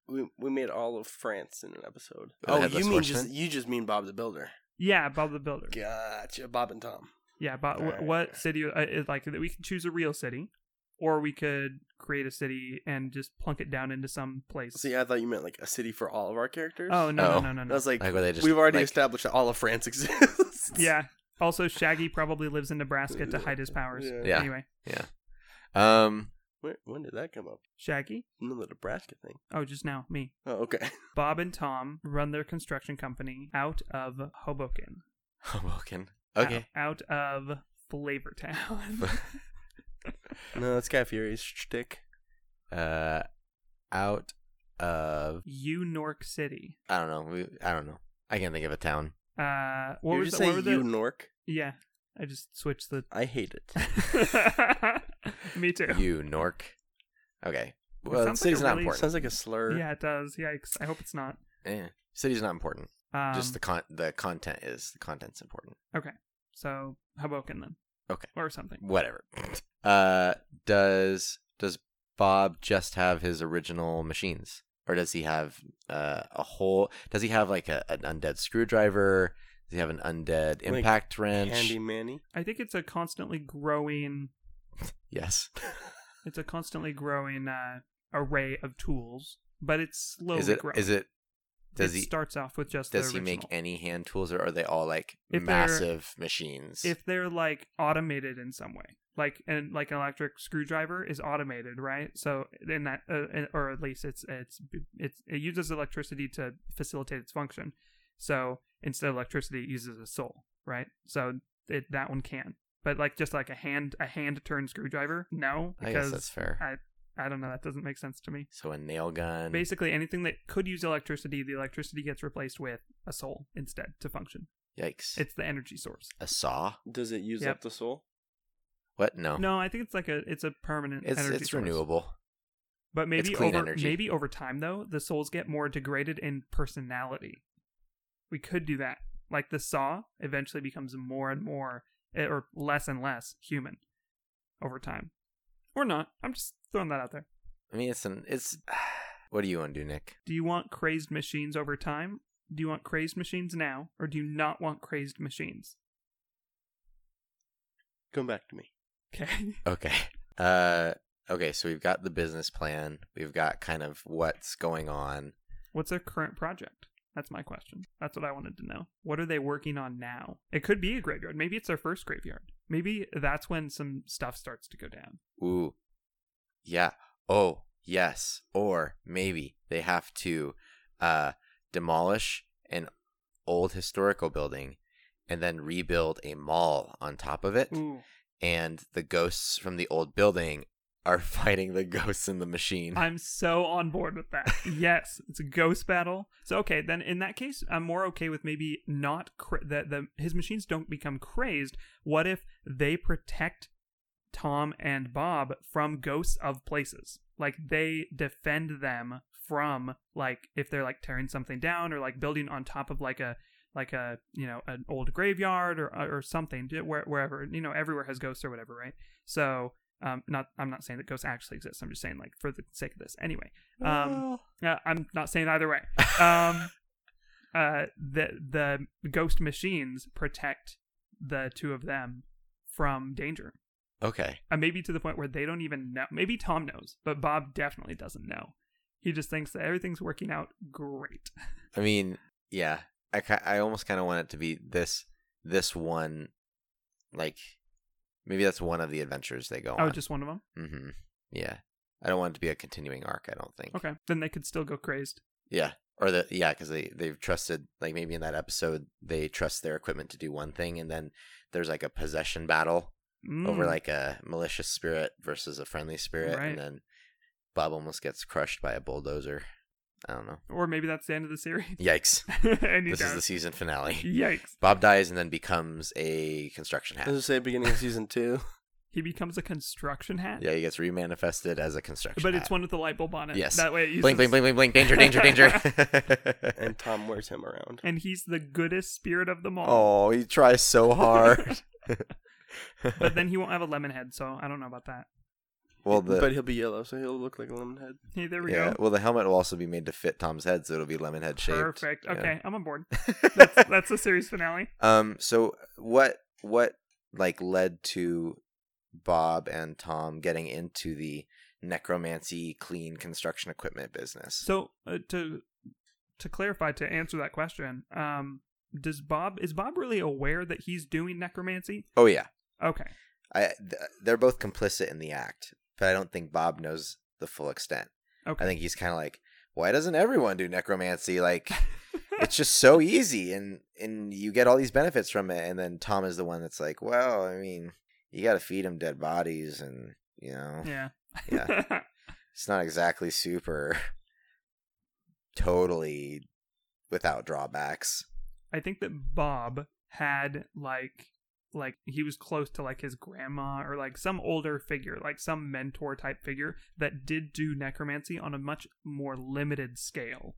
we we made all of France in an episode.
The
Oh,
Headless
you mean just
Horseman?
you just mean Bob the Builder?
Yeah, Bob the Builder. Yeah,
Gotcha, Bob and Tom.
but wh-
Alright.
what city? Uh, is like we can choose a real city, or we could create a city and just plunk it down into some place.
See, I thought you meant like a city for all of our characters.
oh no,
Oh.
no, no, no,
I
no.
was like,
like where they just
we've already
like,
established that all of France exists.
yeah. Also, Shaggy probably lives in Nebraska to hide his powers.
Yeah.
Yeah.
Anyway,
Um,
Where, when did that come up?
Shaggy.
Another Nebraska thing.
Oh, just now, me.
Oh, okay.
Bob and Tom run their construction company out of Hoboken.
Hoboken. Okay,
Out, out of Flavortown.
No, that's Guy Fieri's shtick.
uh, out of
you Nork City.
I don't know. We, I don't know. I can't think of a town.
Uh, what
What You're
was
just
the, what
saying
were
you
the-
Nork.
Yeah, I just switched the.
I hate it.
Me too.
You Nork. Okay. Well, the
sounds like
city's
a
not
really-
important.
Sounds like a slur.
Yeah, it does. Yikes! I hope it's not.
Eh, city's not important.
Um,
Just the con the content is the content's important.
so Hoboken then.
Okay.
Or something.
Whatever. Uh, does does Bob just have his original machines, or does he have uh a whole? Does he have like a, an undead screwdriver? Does he have an undead
Like,
impact wrench?
Handy Manny.
I think it's a constantly growing.
Yes.
It's a constantly growing uh, array of tools, but it's slowly
is it?
growing.
Is it? Does
it
he?
starts off with just
Does
the
he make
original.
any hand tools, or are they all like
If they're-
massive machines?
if they're like automated in some way like and like an electric screwdriver is automated right so in that uh, or at least it's it's it's it uses electricity to facilitate its function So instead of electricity, it uses a soul, right? So it, that one can. But like just like a hand a hand turned screwdriver, no,
I guess
because
that's fair.
I- I don't know that doesn't make sense to me.
so a nail gun.
Basically, anything that could use electricity, the electricity gets replaced with a soul instead to function.
Yikes.
It's the energy source.
a saw.
Does it use
Yep.
up the soul?
What? No.
No, I think it's like a it's a permanent
Oh. It's
energy
it's
source.
renewable.
But maybe
It's clean
over
energy.
maybe over time though, the souls get more degraded in personality. We could do that. Like the saw eventually becomes more and more eh, or less and less human over time. Or not. I'm just throwing that out there.
I mean, it's an it's. What do you want to do, Nick?
Do you want crazed machines over time? Do you want crazed machines now or do you not want crazed machines?
Come back to me.
Okay.
Okay. Uh. Okay. So we've got the business plan. We've got kind of what's going on.
What's their current project? That's my question. That's what I wanted to know. What are they working on now? It could be a graveyard. Maybe it's their first graveyard. Maybe that's when some stuff starts to go down.
Ooh. Yeah. Oh. Yes. Or maybe they have to, uh, demolish an old historical building, and then rebuild a mall on top of it.
Ooh,
And the ghosts from the old building are fighting the ghosts in the machine.
I'm so on board with that. yes, it's a ghost battle. So okay, then in that case, I'm more okay with maybe not cra- that the his machines don't become crazed. What if they protect Tom and Bob from ghosts of places. Like they defend them from like if they're like tearing something down or like building on top of like a like a you know an old graveyard or or something d- where, wherever you know everywhere has ghosts or whatever right so um not i'm not saying that ghosts actually exist i'm just saying like for the sake of this anyway um uh, i'm not saying either way um uh the the ghost machines protect the two of them from danger
okay.
uh, maybe to the point where they don't even know. Maybe Tom knows, but Bob definitely doesn't know. He just thinks that everything's working out great.
I mean, yeah, I ki- I almost kind of want it to be this this one, like maybe that's one of the adventures they go
Oh,
on.
just one of them.
mm-hmm. yeah. I don't want it to be a continuing arc. I don't think.
Okay, then they could still go crazed.
Yeah, or the yeah, because they they've trusted like maybe in that episode they trust their equipment to do one thing, and then there's like a possession battle
Mm.
over like a malicious spirit versus a friendly spirit,
Right.
and then Bob almost gets crushed by a bulldozer. I don't know.
or maybe that's the end of the series.
Yikes!
and he
this is the
dies.
season finale.
Yikes!
Bob dies and then becomes a construction
I was gonna
hat.
say beginning of season two.
He becomes a construction hat.
Yeah, he gets remanifested as a construction.
but it's
hat.
one with the light bulb on it.
Yes.
That way, it uses...
blink, blink, blink, blink, blink. Danger, danger, danger.
and Tom wears him around.
And he's the goodest spirit of them all.
oh, he tries so hard. Oh.
But then he won't have a lemon head, so I don't know about that.
well, the
but he'll be yellow, so he'll look like a lemon head.
Hey, there we
yeah,
go.
well, the helmet will also be made to fit Tom's head, so it'll be lemon head shaped.
Perfect.
Yeah.
Okay, I'm on board. That's that's the series finale.
Um. So what what like led to Bob and Tom getting into the necromancy clean construction equipment business?
So uh, to to clarify, to answer that question, um, does Bob is Bob really aware that he's doing necromancy?
Oh yeah.
Okay,
I th- they're both complicit in the act, but I don't think Bob knows the full extent.
okay.
I think he's kind of like, why doesn't everyone do necromancy? Like, it's just so easy, and and you get all these benefits from it. And then Tom is the one that's like, well, I mean, you got to feed him dead bodies, and you know,
yeah.
it's not exactly super, totally without drawbacks.
I think that Bob had like like he was close to like his grandma or like some older figure, like some mentor type figure that did do necromancy on a much more limited scale.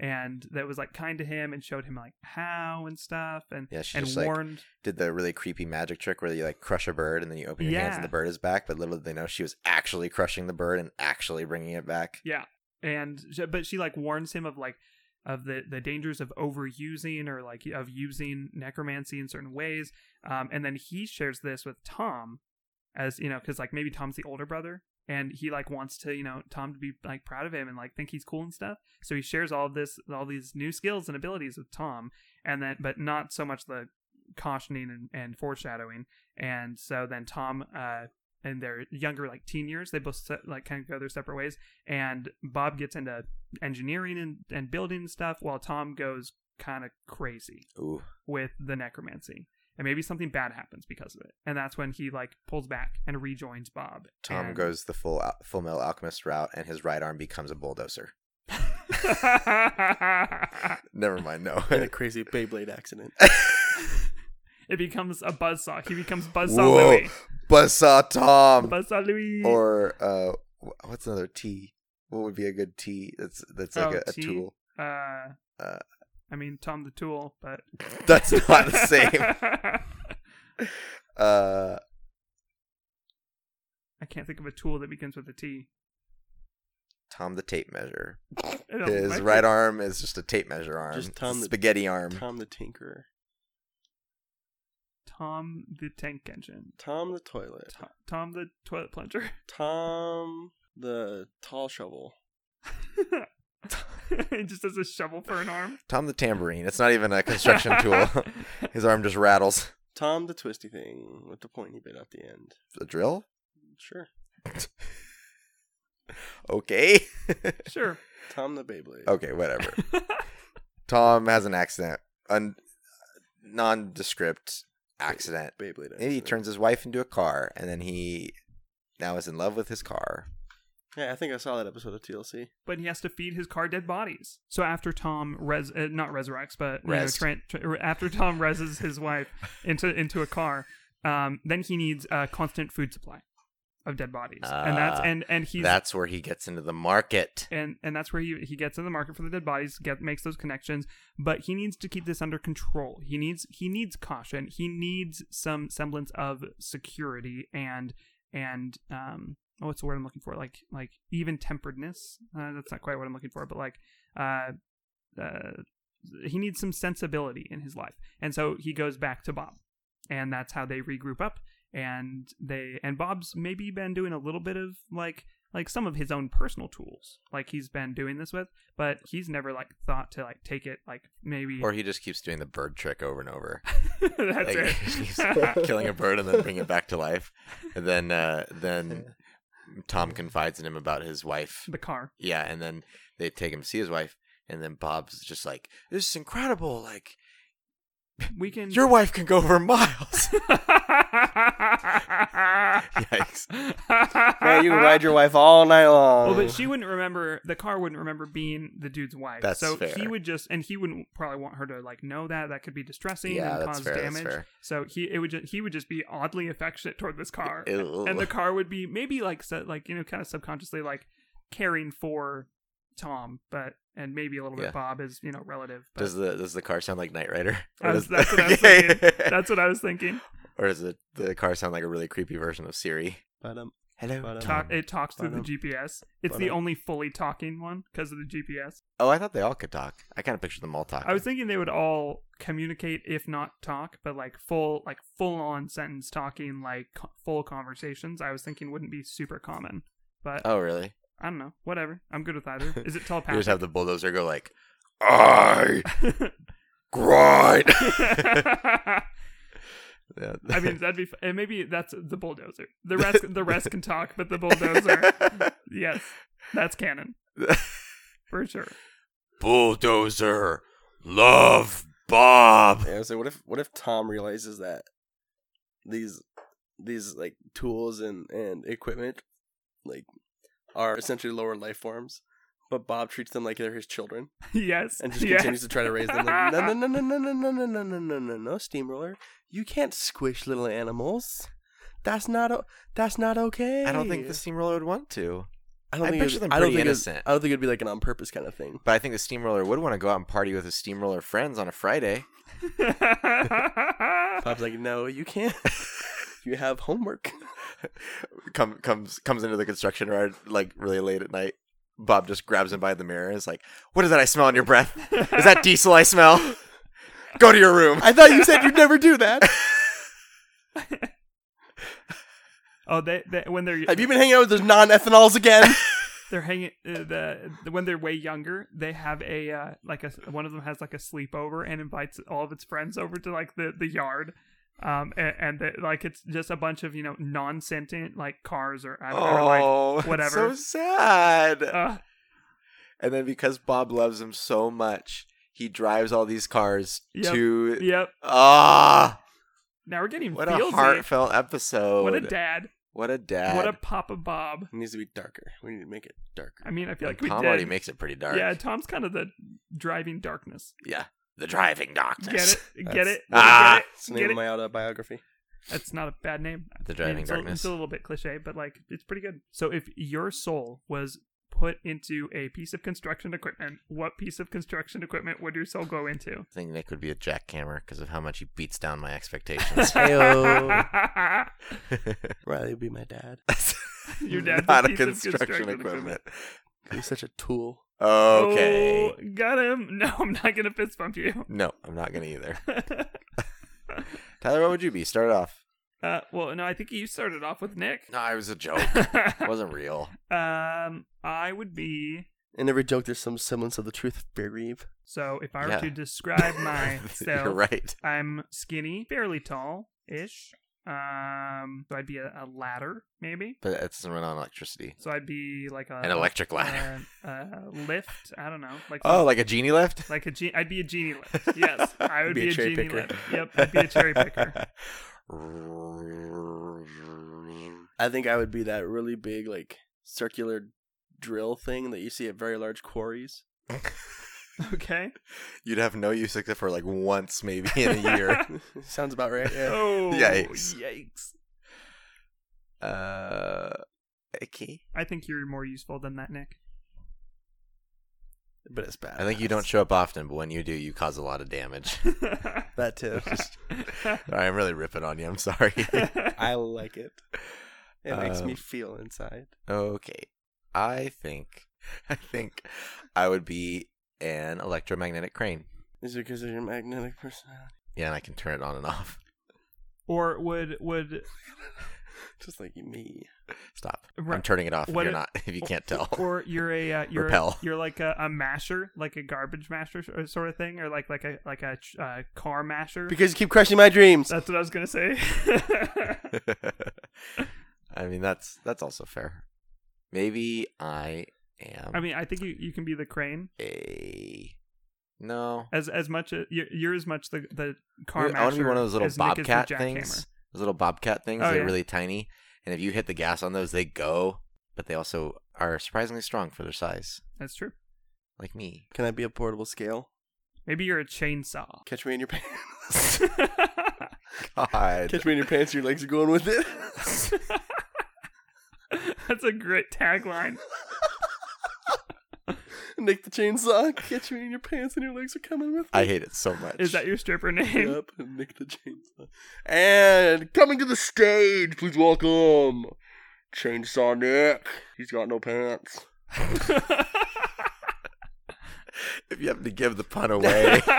And that was like kind to him and showed him like how and stuff and
Yeah, she
and
just, like,
warned
Did the really creepy magic trick where you like crush a bird and then you open your hands
Yeah.
and the bird is back, but little did they know she was actually crushing the bird and actually bringing it back.
Yeah, and she- but she like warns him of like of the the dangers of overusing or like of using necromancy in certain ways. Um, and then he shares this with Tom, as you know, because like maybe Tom's the older brother, and he like wants to you know Tom to be like proud of him and like think he's cool and stuff. So he shares all of this, all these new skills and abilities with Tom, and then but not so much the cautioning and, and foreshadowing. And so then Tom, uh, in their younger like teen years, they both se- like kind of go their separate ways and Bob gets into engineering and, and building stuff while Tom goes kind of crazy
Ooh.
with the necromancy. And maybe something bad happens because of it. And that's when he like pulls back and rejoins Bob.
Tom
and-
goes the full al- Full Metal Alchemist route, and his right arm becomes a bulldozer. Never mind. No.
in a crazy Beyblade accident.
it becomes a buzzsaw. He becomes Buzzsaw
Whoa.
Louis.
Buzzsaw Tom.
Buzzsaw Louis.
or uh, wh- what's another T? What would be a good T? That's that's like
Oh,
a, a
T.
tool.
uh,
Uh,
I mean Tom the Tool, but
That's not the same. Uh,
I can't think of a tool that begins with a T.
Tom the tape measure.
It doesn't
His
like
right
it.
arm is just a tape measure arm.
Just
It's
Tom
a
the-
spaghetti arm.
Tom the Tinkerer.
Tom the Tank Engine.
Tom the Toilet.
Tom, Tom the Toilet Plunger.
Tom the Tall Shovel.
it just has a shovel for an arm.
Tom the tambourine. It's not even a construction tool. His arm just rattles.
Tom the Twisty Thing with the pointy bit at the end.
The drill.
Sure.
Okay.
sure.
Tom the Beyblade.
okay. Whatever. Tom has an accident. Un- nondescript accident.
Beyblade.
Maybe he
accident.
turns his wife into a car, and then he now is in love with his car.
Yeah, I think I saw that episode of TLC.
but he has to feed his car dead bodies. So after Tom res uh, not resurrects, but you know,
Rest.
tran- tr- after Tom reses his wife into into a car, um, then he needs a constant food supply of dead bodies, and that's
Ah,
and and he's
That's where he gets into the market.
and and that's where he he gets in the market for the dead bodies, get makes those connections, but he needs to keep this under control. He needs he needs caution. He needs some semblance of security and and um oh, what's the word I'm looking for? Like like even temperedness. Uh, that's not quite what I'm looking for, but like uh, uh he needs some sensibility in his life, and so he goes back to Bob, and that's how they regroup up. And they and Bob's maybe been doing a little bit of like like some of his own personal tools like he's been doing this with but he's never like thought to like take it like maybe
Or he just keeps doing the bird trick over and over.
Mm. that's
Like,
it
he keeps killing a bird and then bringing it back to life. And then uh, then Tom confides in him about his wife.
the car
Yeah, and then they take him to see his wife. And then Bob's just like, "This is incredible! Like
we can
your wife can go for miles." Yikes!
Man, you can ride your wife all night long.
Oh,
well, but she wouldn't remember. The car wouldn't remember being the dude's wife.
That's
so
fair.
he would just, and he wouldn't probably want her to like know that. That could be distressing
Yeah,
and
that's
cause
fair, that's
damage.
fair.
So he it would just, he would just be oddly affectionate toward this car,
Ew.
and the car would be maybe like so, like you know kind of subconsciously like caring for Tom, but and maybe a little
Yeah.
bit Bob is you know relative. But
Does the does the car sound like Knight Rider? Or
I was-
does-
that's what I was
Okay.
thinking. That's what I was thinking.
or does it the car sound like a really creepy version of Siri?
But, um,
Hello.
But, um,
Talk, it talks through the
Bottom.
GPS. It's the
Bottom.
only fully talking one because of the GPS.
Oh, I thought they all could talk. I kind of pictured them all talking.
I was thinking they would all communicate, if not talk, but like full, like full on sentence talking, like co- full conversations. I was thinking wouldn't be super common, but
oh, really?
I don't know. Whatever. I'm good with either. Is it
You just
telepathic?
have the bulldozer go like, I grind. Yeah.
I mean, that'd be. f- And maybe that's the bulldozer. The rest, the rest can talk, but the bulldozer, yes, that's canon for sure.
bulldozer, love Bob.
Yeah, I was like, what if what if Tom realizes that these these like tools and and equipment like are essentially lower life forms, but Bob treats them like they're his children
Yes,
and just
yes.
continues to try to raise them. Like, no, no, no, no, no, no, no, no, no, no, no, no, steamroller! You can't squish little animals. That's not o- that's not okay.
I don't think the steamroller would want to,
I don't
I
think it
picture
would-
them
I don't
pretty
think it would-
innocent.
I don't think it'd be like an on purpose kind of thing.
but I think the steamroller would want to go out and party with his steamroller friends on a Friday.
Bob's like, no, you can't. you have homework.
Come comes comes into the construction yard like really late at night. Bob just grabs him by the mirror. and is like, "What is that I smell in your breath? Is that diesel I smell? Go to your room."
I thought you said you'd never do that.
oh, they, they when they're
Have you been hanging out with those non-ethanols again?
they're hanging uh, the the- when they're way younger they have a uh, like a one of them has like a sleepover and invites all of its friends over to like the the yard um and, and the, like it's just a bunch of you know non-sentient like cars or, or like
Oh,
it's So
whatever.
sad.
uh,
and then because Bob loves him so much, He drives all these cars
Yep.
to
Yep.
ah.
Now we're getting
what a
feelsy.
heartfelt episode.
What a dad.
What a dad.
What a Papa Bob.
It needs to be darker. We need to make it darker.
I mean, I feel like we
Tom
did.
already makes it pretty dark.
Yeah, Tom's kind of the driving darkness.
Yeah. The driving darkness.
Get it? Get
That's-
it?
Ah!
Get
It's
it?
the name
Get
of
it?
my autobiography.
That's not a bad name.
The
I
driving
mean, it's A,
darkness.
it's a little bit cliche, but like it's pretty good. So if your soul was put into a piece of construction equipment, what piece of construction equipment would your soul go into?
I think Nick would be a jackhammer because of how much he beats down my expectations.
Riley would be my dad.
Your dad's a
not a
piece of
construction,
construction
equipment.
He's such a tool.
Okay.
Oh, got him. No, I'm not gonna fist bump you.
No, I'm not gonna either. Tyler, what would you be? Start off.
uh, well, no, I think you started off with Nick.
No, it was a joke. it wasn't real.
um, I would be.
In every joke, there's some semblance of the truth. Bereave.
So if I were
Yeah.
to describe myself,
You're right.
I'm skinny, fairly tall ish. Um, so I'd be a, a ladder, maybe.
But it doesn't run on electricity.
So I'd be like a
An
uh,
electric ladder.
a, a lift. I don't know, like
Oh, like a genie lift?
like a ge- I'd be a genie lift. Yes, I would
Be
be,
a
a,
cherry
genie
picker.
lift. Yep, I'd be a cherry picker.
I think I would be that really big, like circular drill thing that you see at very large quarries.
Okay.
You'd have no use except for like once maybe in a year.
Sounds about right. Yeah.
Oh,
Yikes.
Yikes.
uh okay.
I think you're more useful than that, Nick.
but it's bad.
I think you don't show up often, but when you do, you cause a lot of damage.
that too.
All right, I'm really ripping on you. I'm sorry.
I like it. It makes me
Um,
feel inside.
okay. I think I think I would be an electromagnetic crane.
Is it because of your magnetic personality?
Yeah, and I can turn it on and off.
or would would
Just like me.
Stop.
Right.
I'm turning it off if
What
you're
if-
not if you can't tell.
or you're a uh, you're
Repel.
you're like a, a masher, like a garbage masher sor- sort of thing, or like like a like a ch- uh, car masher.
Because you keep crushing my dreams.
That's what I was gonna say.
I mean that's that's also fair. Maybe I am
I mean, I think you, you can be the crane
a no.
as as much as you're, you're as much the the car
I want to be
masher
one of those little
as Nick is the
bobcat
jackhammer.
things. Those little bobcat things.
Oh,
they're
yeah.
really tiny, and if you hit the gas on those, they go. But they also are surprisingly strong for their size,
That's true.
like me.
Can I be a portable scale?
Maybe you're a chainsaw.
Catch me in your pants.
God,
Catch me in your pants. Your legs are going with it.
That's a great tagline.
Nick the chainsaw. Catch me in your pants, and your legs are coming with it.
I hate it so much.
Is that your stripper name?
Yep, Nick the chainsaw. And coming to the stage, please welcome Chainsaw Nick. He's got no pants.
if you have to give the pun away?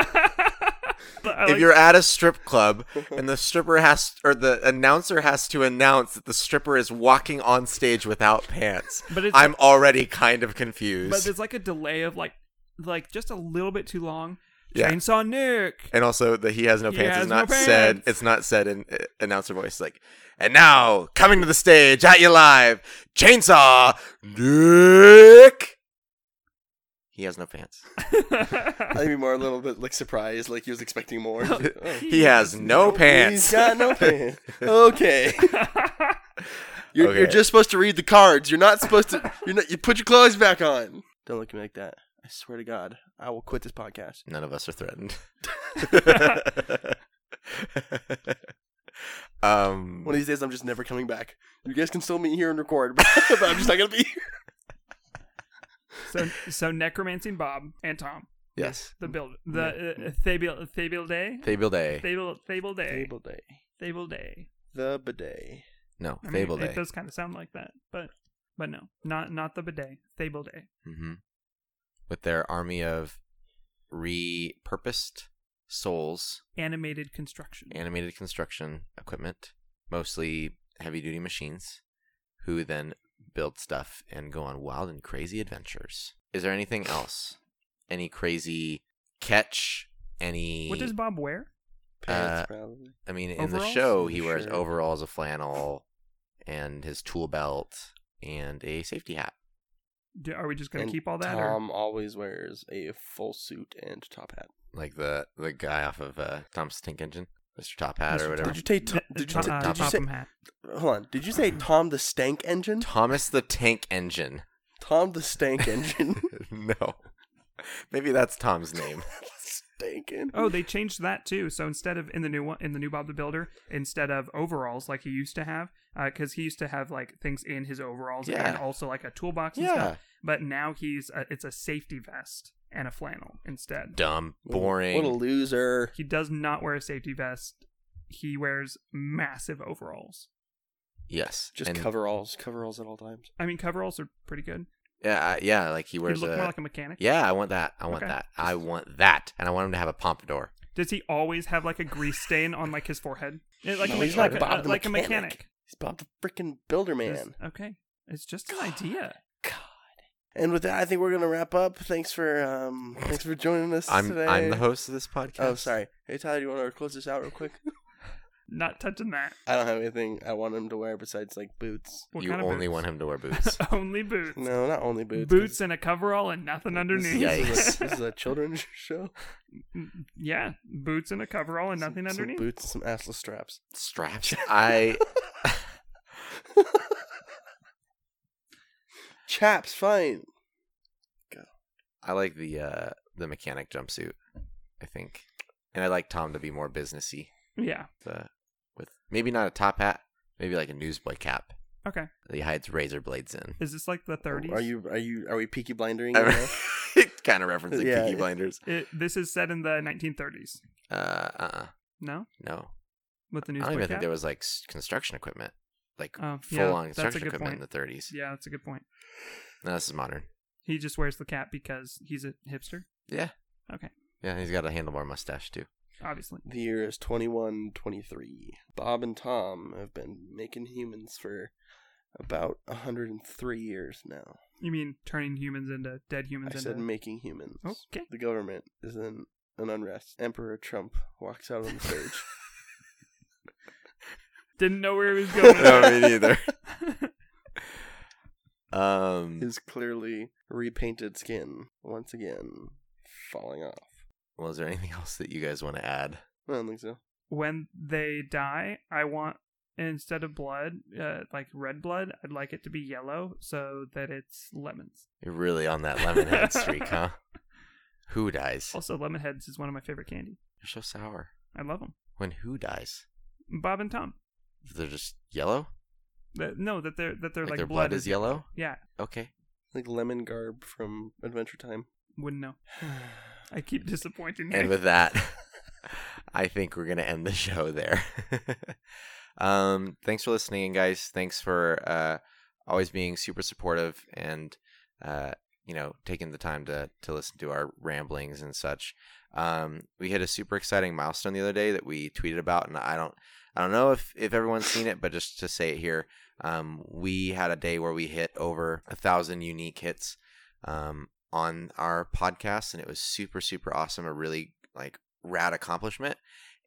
But I
if
like-
you're at a strip club and the stripper has or the announcer has to announce that the stripper is walking on stage without pants,
but it's
I'm already kind of confused.
but there's like a delay of like like just a little bit too long.
Yeah.
Chainsaw Nick.
And also that he has no
He
pants
has
is
no
not said.
pants.
It's not said in uh, announcer voice. Like, and now coming to the stage at you live, Chainsaw Nick. He has no pants.
I'd be more a little bit like surprised, like he was expecting more. Oh,
He has no
He's
pants.
got no pants. Okay. You're, you're
Okay.
just supposed to read the cards. You're not supposed to. You're not. You put your clothes back on. Don't look at me like that. I swear to God, I will quit this podcast.
None of us are threatened. um,
One of these days, I'm just never coming back. You guys can still meet here and record, but I'm just not gonna be here.
so so necromancing Bob and Tom.
yes,
The build the uh, Thabil Thabil Day.
Fable Day.
Fable Fable Day.
Table day.
Fable Day.
The bidet.
no,
I mean,
Fable
it
Day.
does kind of sound like that, but but no, not not the bidet. Fable Day.
hmm With their army of repurposed souls.
Animated construction.
animated construction equipment, mostly heavy duty machines, who then build stuff and go on wild and crazy adventures. Is there anything else? Any crazy catch? Any.
what does Bob wear?
Pants,
probably.
I mean, in the
Overalls?
show,
The
he wears
shirt.
overalls, a flannel, and his tool belt, and a safety hat.
Do, are we just going
And
to keep all that? or-
Tom always wears a full suit and top hat.
Like the the guy off of uh, Tom's Stink Engine, Mr. Top Hat
Mr.
or whatever.
Tom-
Did you take?
T-
Tom, did you,
Tom-
ta-
uh,
did you say?
Topham hat.
Hold on. Did you say Tom the Stank Engine?
Thomas the Tank Engine.
Tom the Stank Engine.
no. Maybe that's Tom's name.
Stank Engine.
Oh, they changed that too. So instead of in the new one, in the new Bob the Builder, instead of overalls like he used to have, because he used to have like things in his overalls
Yeah.
and also like a toolbox and
yeah.
stuff. But now he's a, it's a safety vest and a flannel instead.
Dumb,
What a-
boring.
What a loser.
He does not wear a safety vest. He wears massive overalls.
yes.
Just
and,
coveralls, coveralls at all times.
I mean, coveralls are pretty good.
Yeah, I- yeah, like he wears
he look
a
more like a mechanic.
Yeah, I want that. I want
Okay.
that. I want that. And I want him to have a pompadour.
Does he always have like a grease stain on like his forehead? Yeah, Like
No,
a, me-
he's not
like, a,
Bob the
like a
mechanic.
mechanic.
He's Bob the freaking Builder
Is-
Man.
okay, it's just an idea.
God. And with that, I think we're gonna wrap up. Thanks for um, thanks for joining us
I'm
today.
I'm the host of this podcast.
Oh, sorry. Hey Tyler, do you want to close this out real quick?
Not touching that.
I don't have anything I want him to wear besides like boots.
What
you
kind of
only
boots?
want him to wear boots.
only boots.
No, not only boots.
boots
'cause
and a coverall and nothing underneath.
This is, this is a,
Yikes.
this is a children's show.
yeah, boots and a coverall and Oh, nothing
Some- some
underneath.
boots, some assless straps.
Straps. I
Chaps, fine.
I like the uh the mechanic jumpsuit, I think. And I like Tom to be more businessy.
yeah.
The with maybe not a top hat, maybe like a newsboy cap
Okay.
that he hides razor blades in.
Is this like the 30s?
Oh, Are you are you are we peaky blindering? you now?
it kind of referencing
Yeah,
Peaky
it-
Blinders.
It, this is set in the 1930s.
Uh uh uh
No,
No.
with the
I don't
newspaper
even
cap.
think there was like s- construction equipment. Like
Oh,
full
yeah,
on
that's a
construction
good
equipment in the
point.
30s.
Yeah, that's a good point.
No, this is modern.
He just wears the cap because he's a hipster,
Yeah.
Okay.
Yeah, he's got a handlebar mustache too.
obviously.
The year is 2123. Bob and Tom have been making humans for about 103 years now.
You mean turning humans into dead humans? Oh.
I
into...
said making humans.
Okay.
The government is in an unrest. Emperor Trump walks out on the stage.
Didn't know where he was going. with
no,
that.
me neither. Um,
His clearly repainted skin once again falling off.
well, is there anything else that you guys want to add?
I don't think so.
when they die, I want instead of blood, uh, like red blood, I'd like it to be yellow so that it's lemons.
You're really on that lemonhead streak, huh? Who dies?
Also, lemon heads is one of my favorite candy.
You're so sour.
I love them.
When who dies?
Bob and Tom.
They're just yellow.
That- no, that they're that they're
Like,
like,
their blood, is yellow.
Yeah,
Okay.
Like lemon garb from Adventure Time.
wouldn't know. I keep disappointing you.
And with that, I think we're gonna end the show there. um, thanks for listening, in, guys. Thanks for uh, always being super supportive and uh, you know taking the time to to listen to our ramblings and such. Um, we hit a super exciting milestone the other day that we tweeted about, and I don't I don't know if if everyone's seen it, but just to say it here, um, we had a day where we hit over a thousand unique hits. Um, on our podcast and it was super super awesome a really like rad accomplishment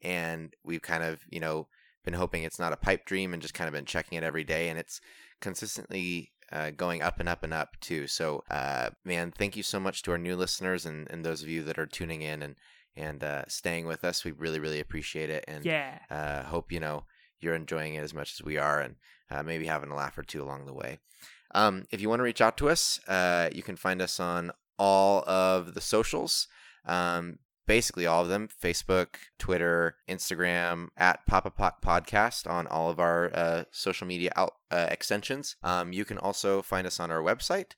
and we've kind of you know been hoping it's not a pipe dream and just kind of been checking it every day and it's consistently uh, going up and up and up too so uh, man thank you so much to our new listeners and, and those of you that are tuning in and and uh, staying with us we really really appreciate it and
yeah.
uh, hope you know you're enjoying it as much as we are, and uh, maybe having a laugh or two along the way. Um, if you want to reach out to us, uh, you can find us on all of the socials, um, basically all of them: Facebook, Twitter, Instagram, at Papa Pot Podcast on all of our uh, social media out, uh, extensions. Um, you can also find us on our website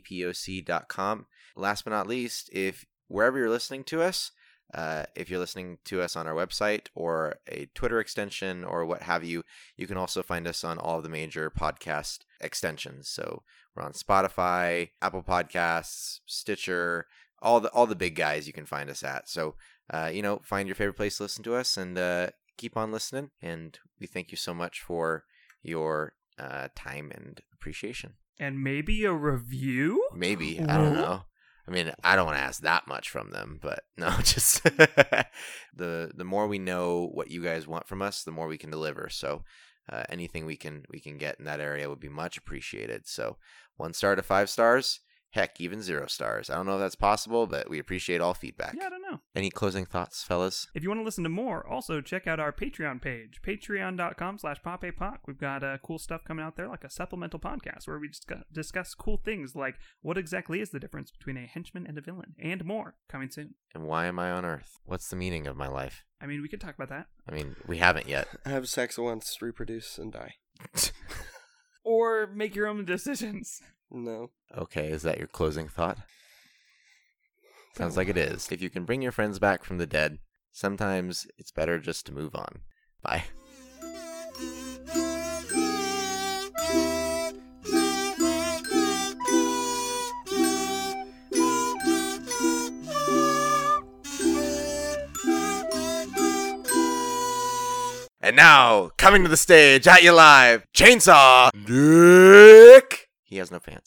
www.popapoc.com. Last but not least, if wherever you're listening to us, uh, if you're listening to us on our website or a Twitter extension or what have you, you can also find us on all of the major podcast extensions. So we're on Spotify, Apple Podcasts, Stitcher, all the all the big guys. You can find us at. So uh, you know, find your favorite place to listen to us and uh, keep on listening. And we thank you so much for your uh, time and appreciation.
And maybe a review.
Maybe I don't
Ooh.
know. I mean, I don't want to ask that much from them, but no, just the the more we know what you guys want from us, the more we can deliver. So, uh, anything we can we can get in that area would be much appreciated. So one star to five stars, heck, even zero stars. I don't know if that's possible, but we appreciate all feedback.
Yeah, I don't know.
Any closing thoughts, fellas?
If you want to listen to more, also check out our Patreon page, patreon.com slash popapoc. We've got uh, cool stuff coming out there, like a supplemental podcast where we discuss, discuss cool things like what exactly is the difference between a henchman and a villain, and more coming soon.
And why am I on Earth? What's the meaning of my life?
I mean, we could talk about that.
I mean, we haven't yet.
Have sex once, reproduce, and die.
Or make your own decisions.
No.
Okay, is that your closing thought? Sounds like it is. If you can bring your friends back from the dead, sometimes it's better just to move on. Bye. And now, coming to the stage at you live, Chainsaw Dick. He has no pants.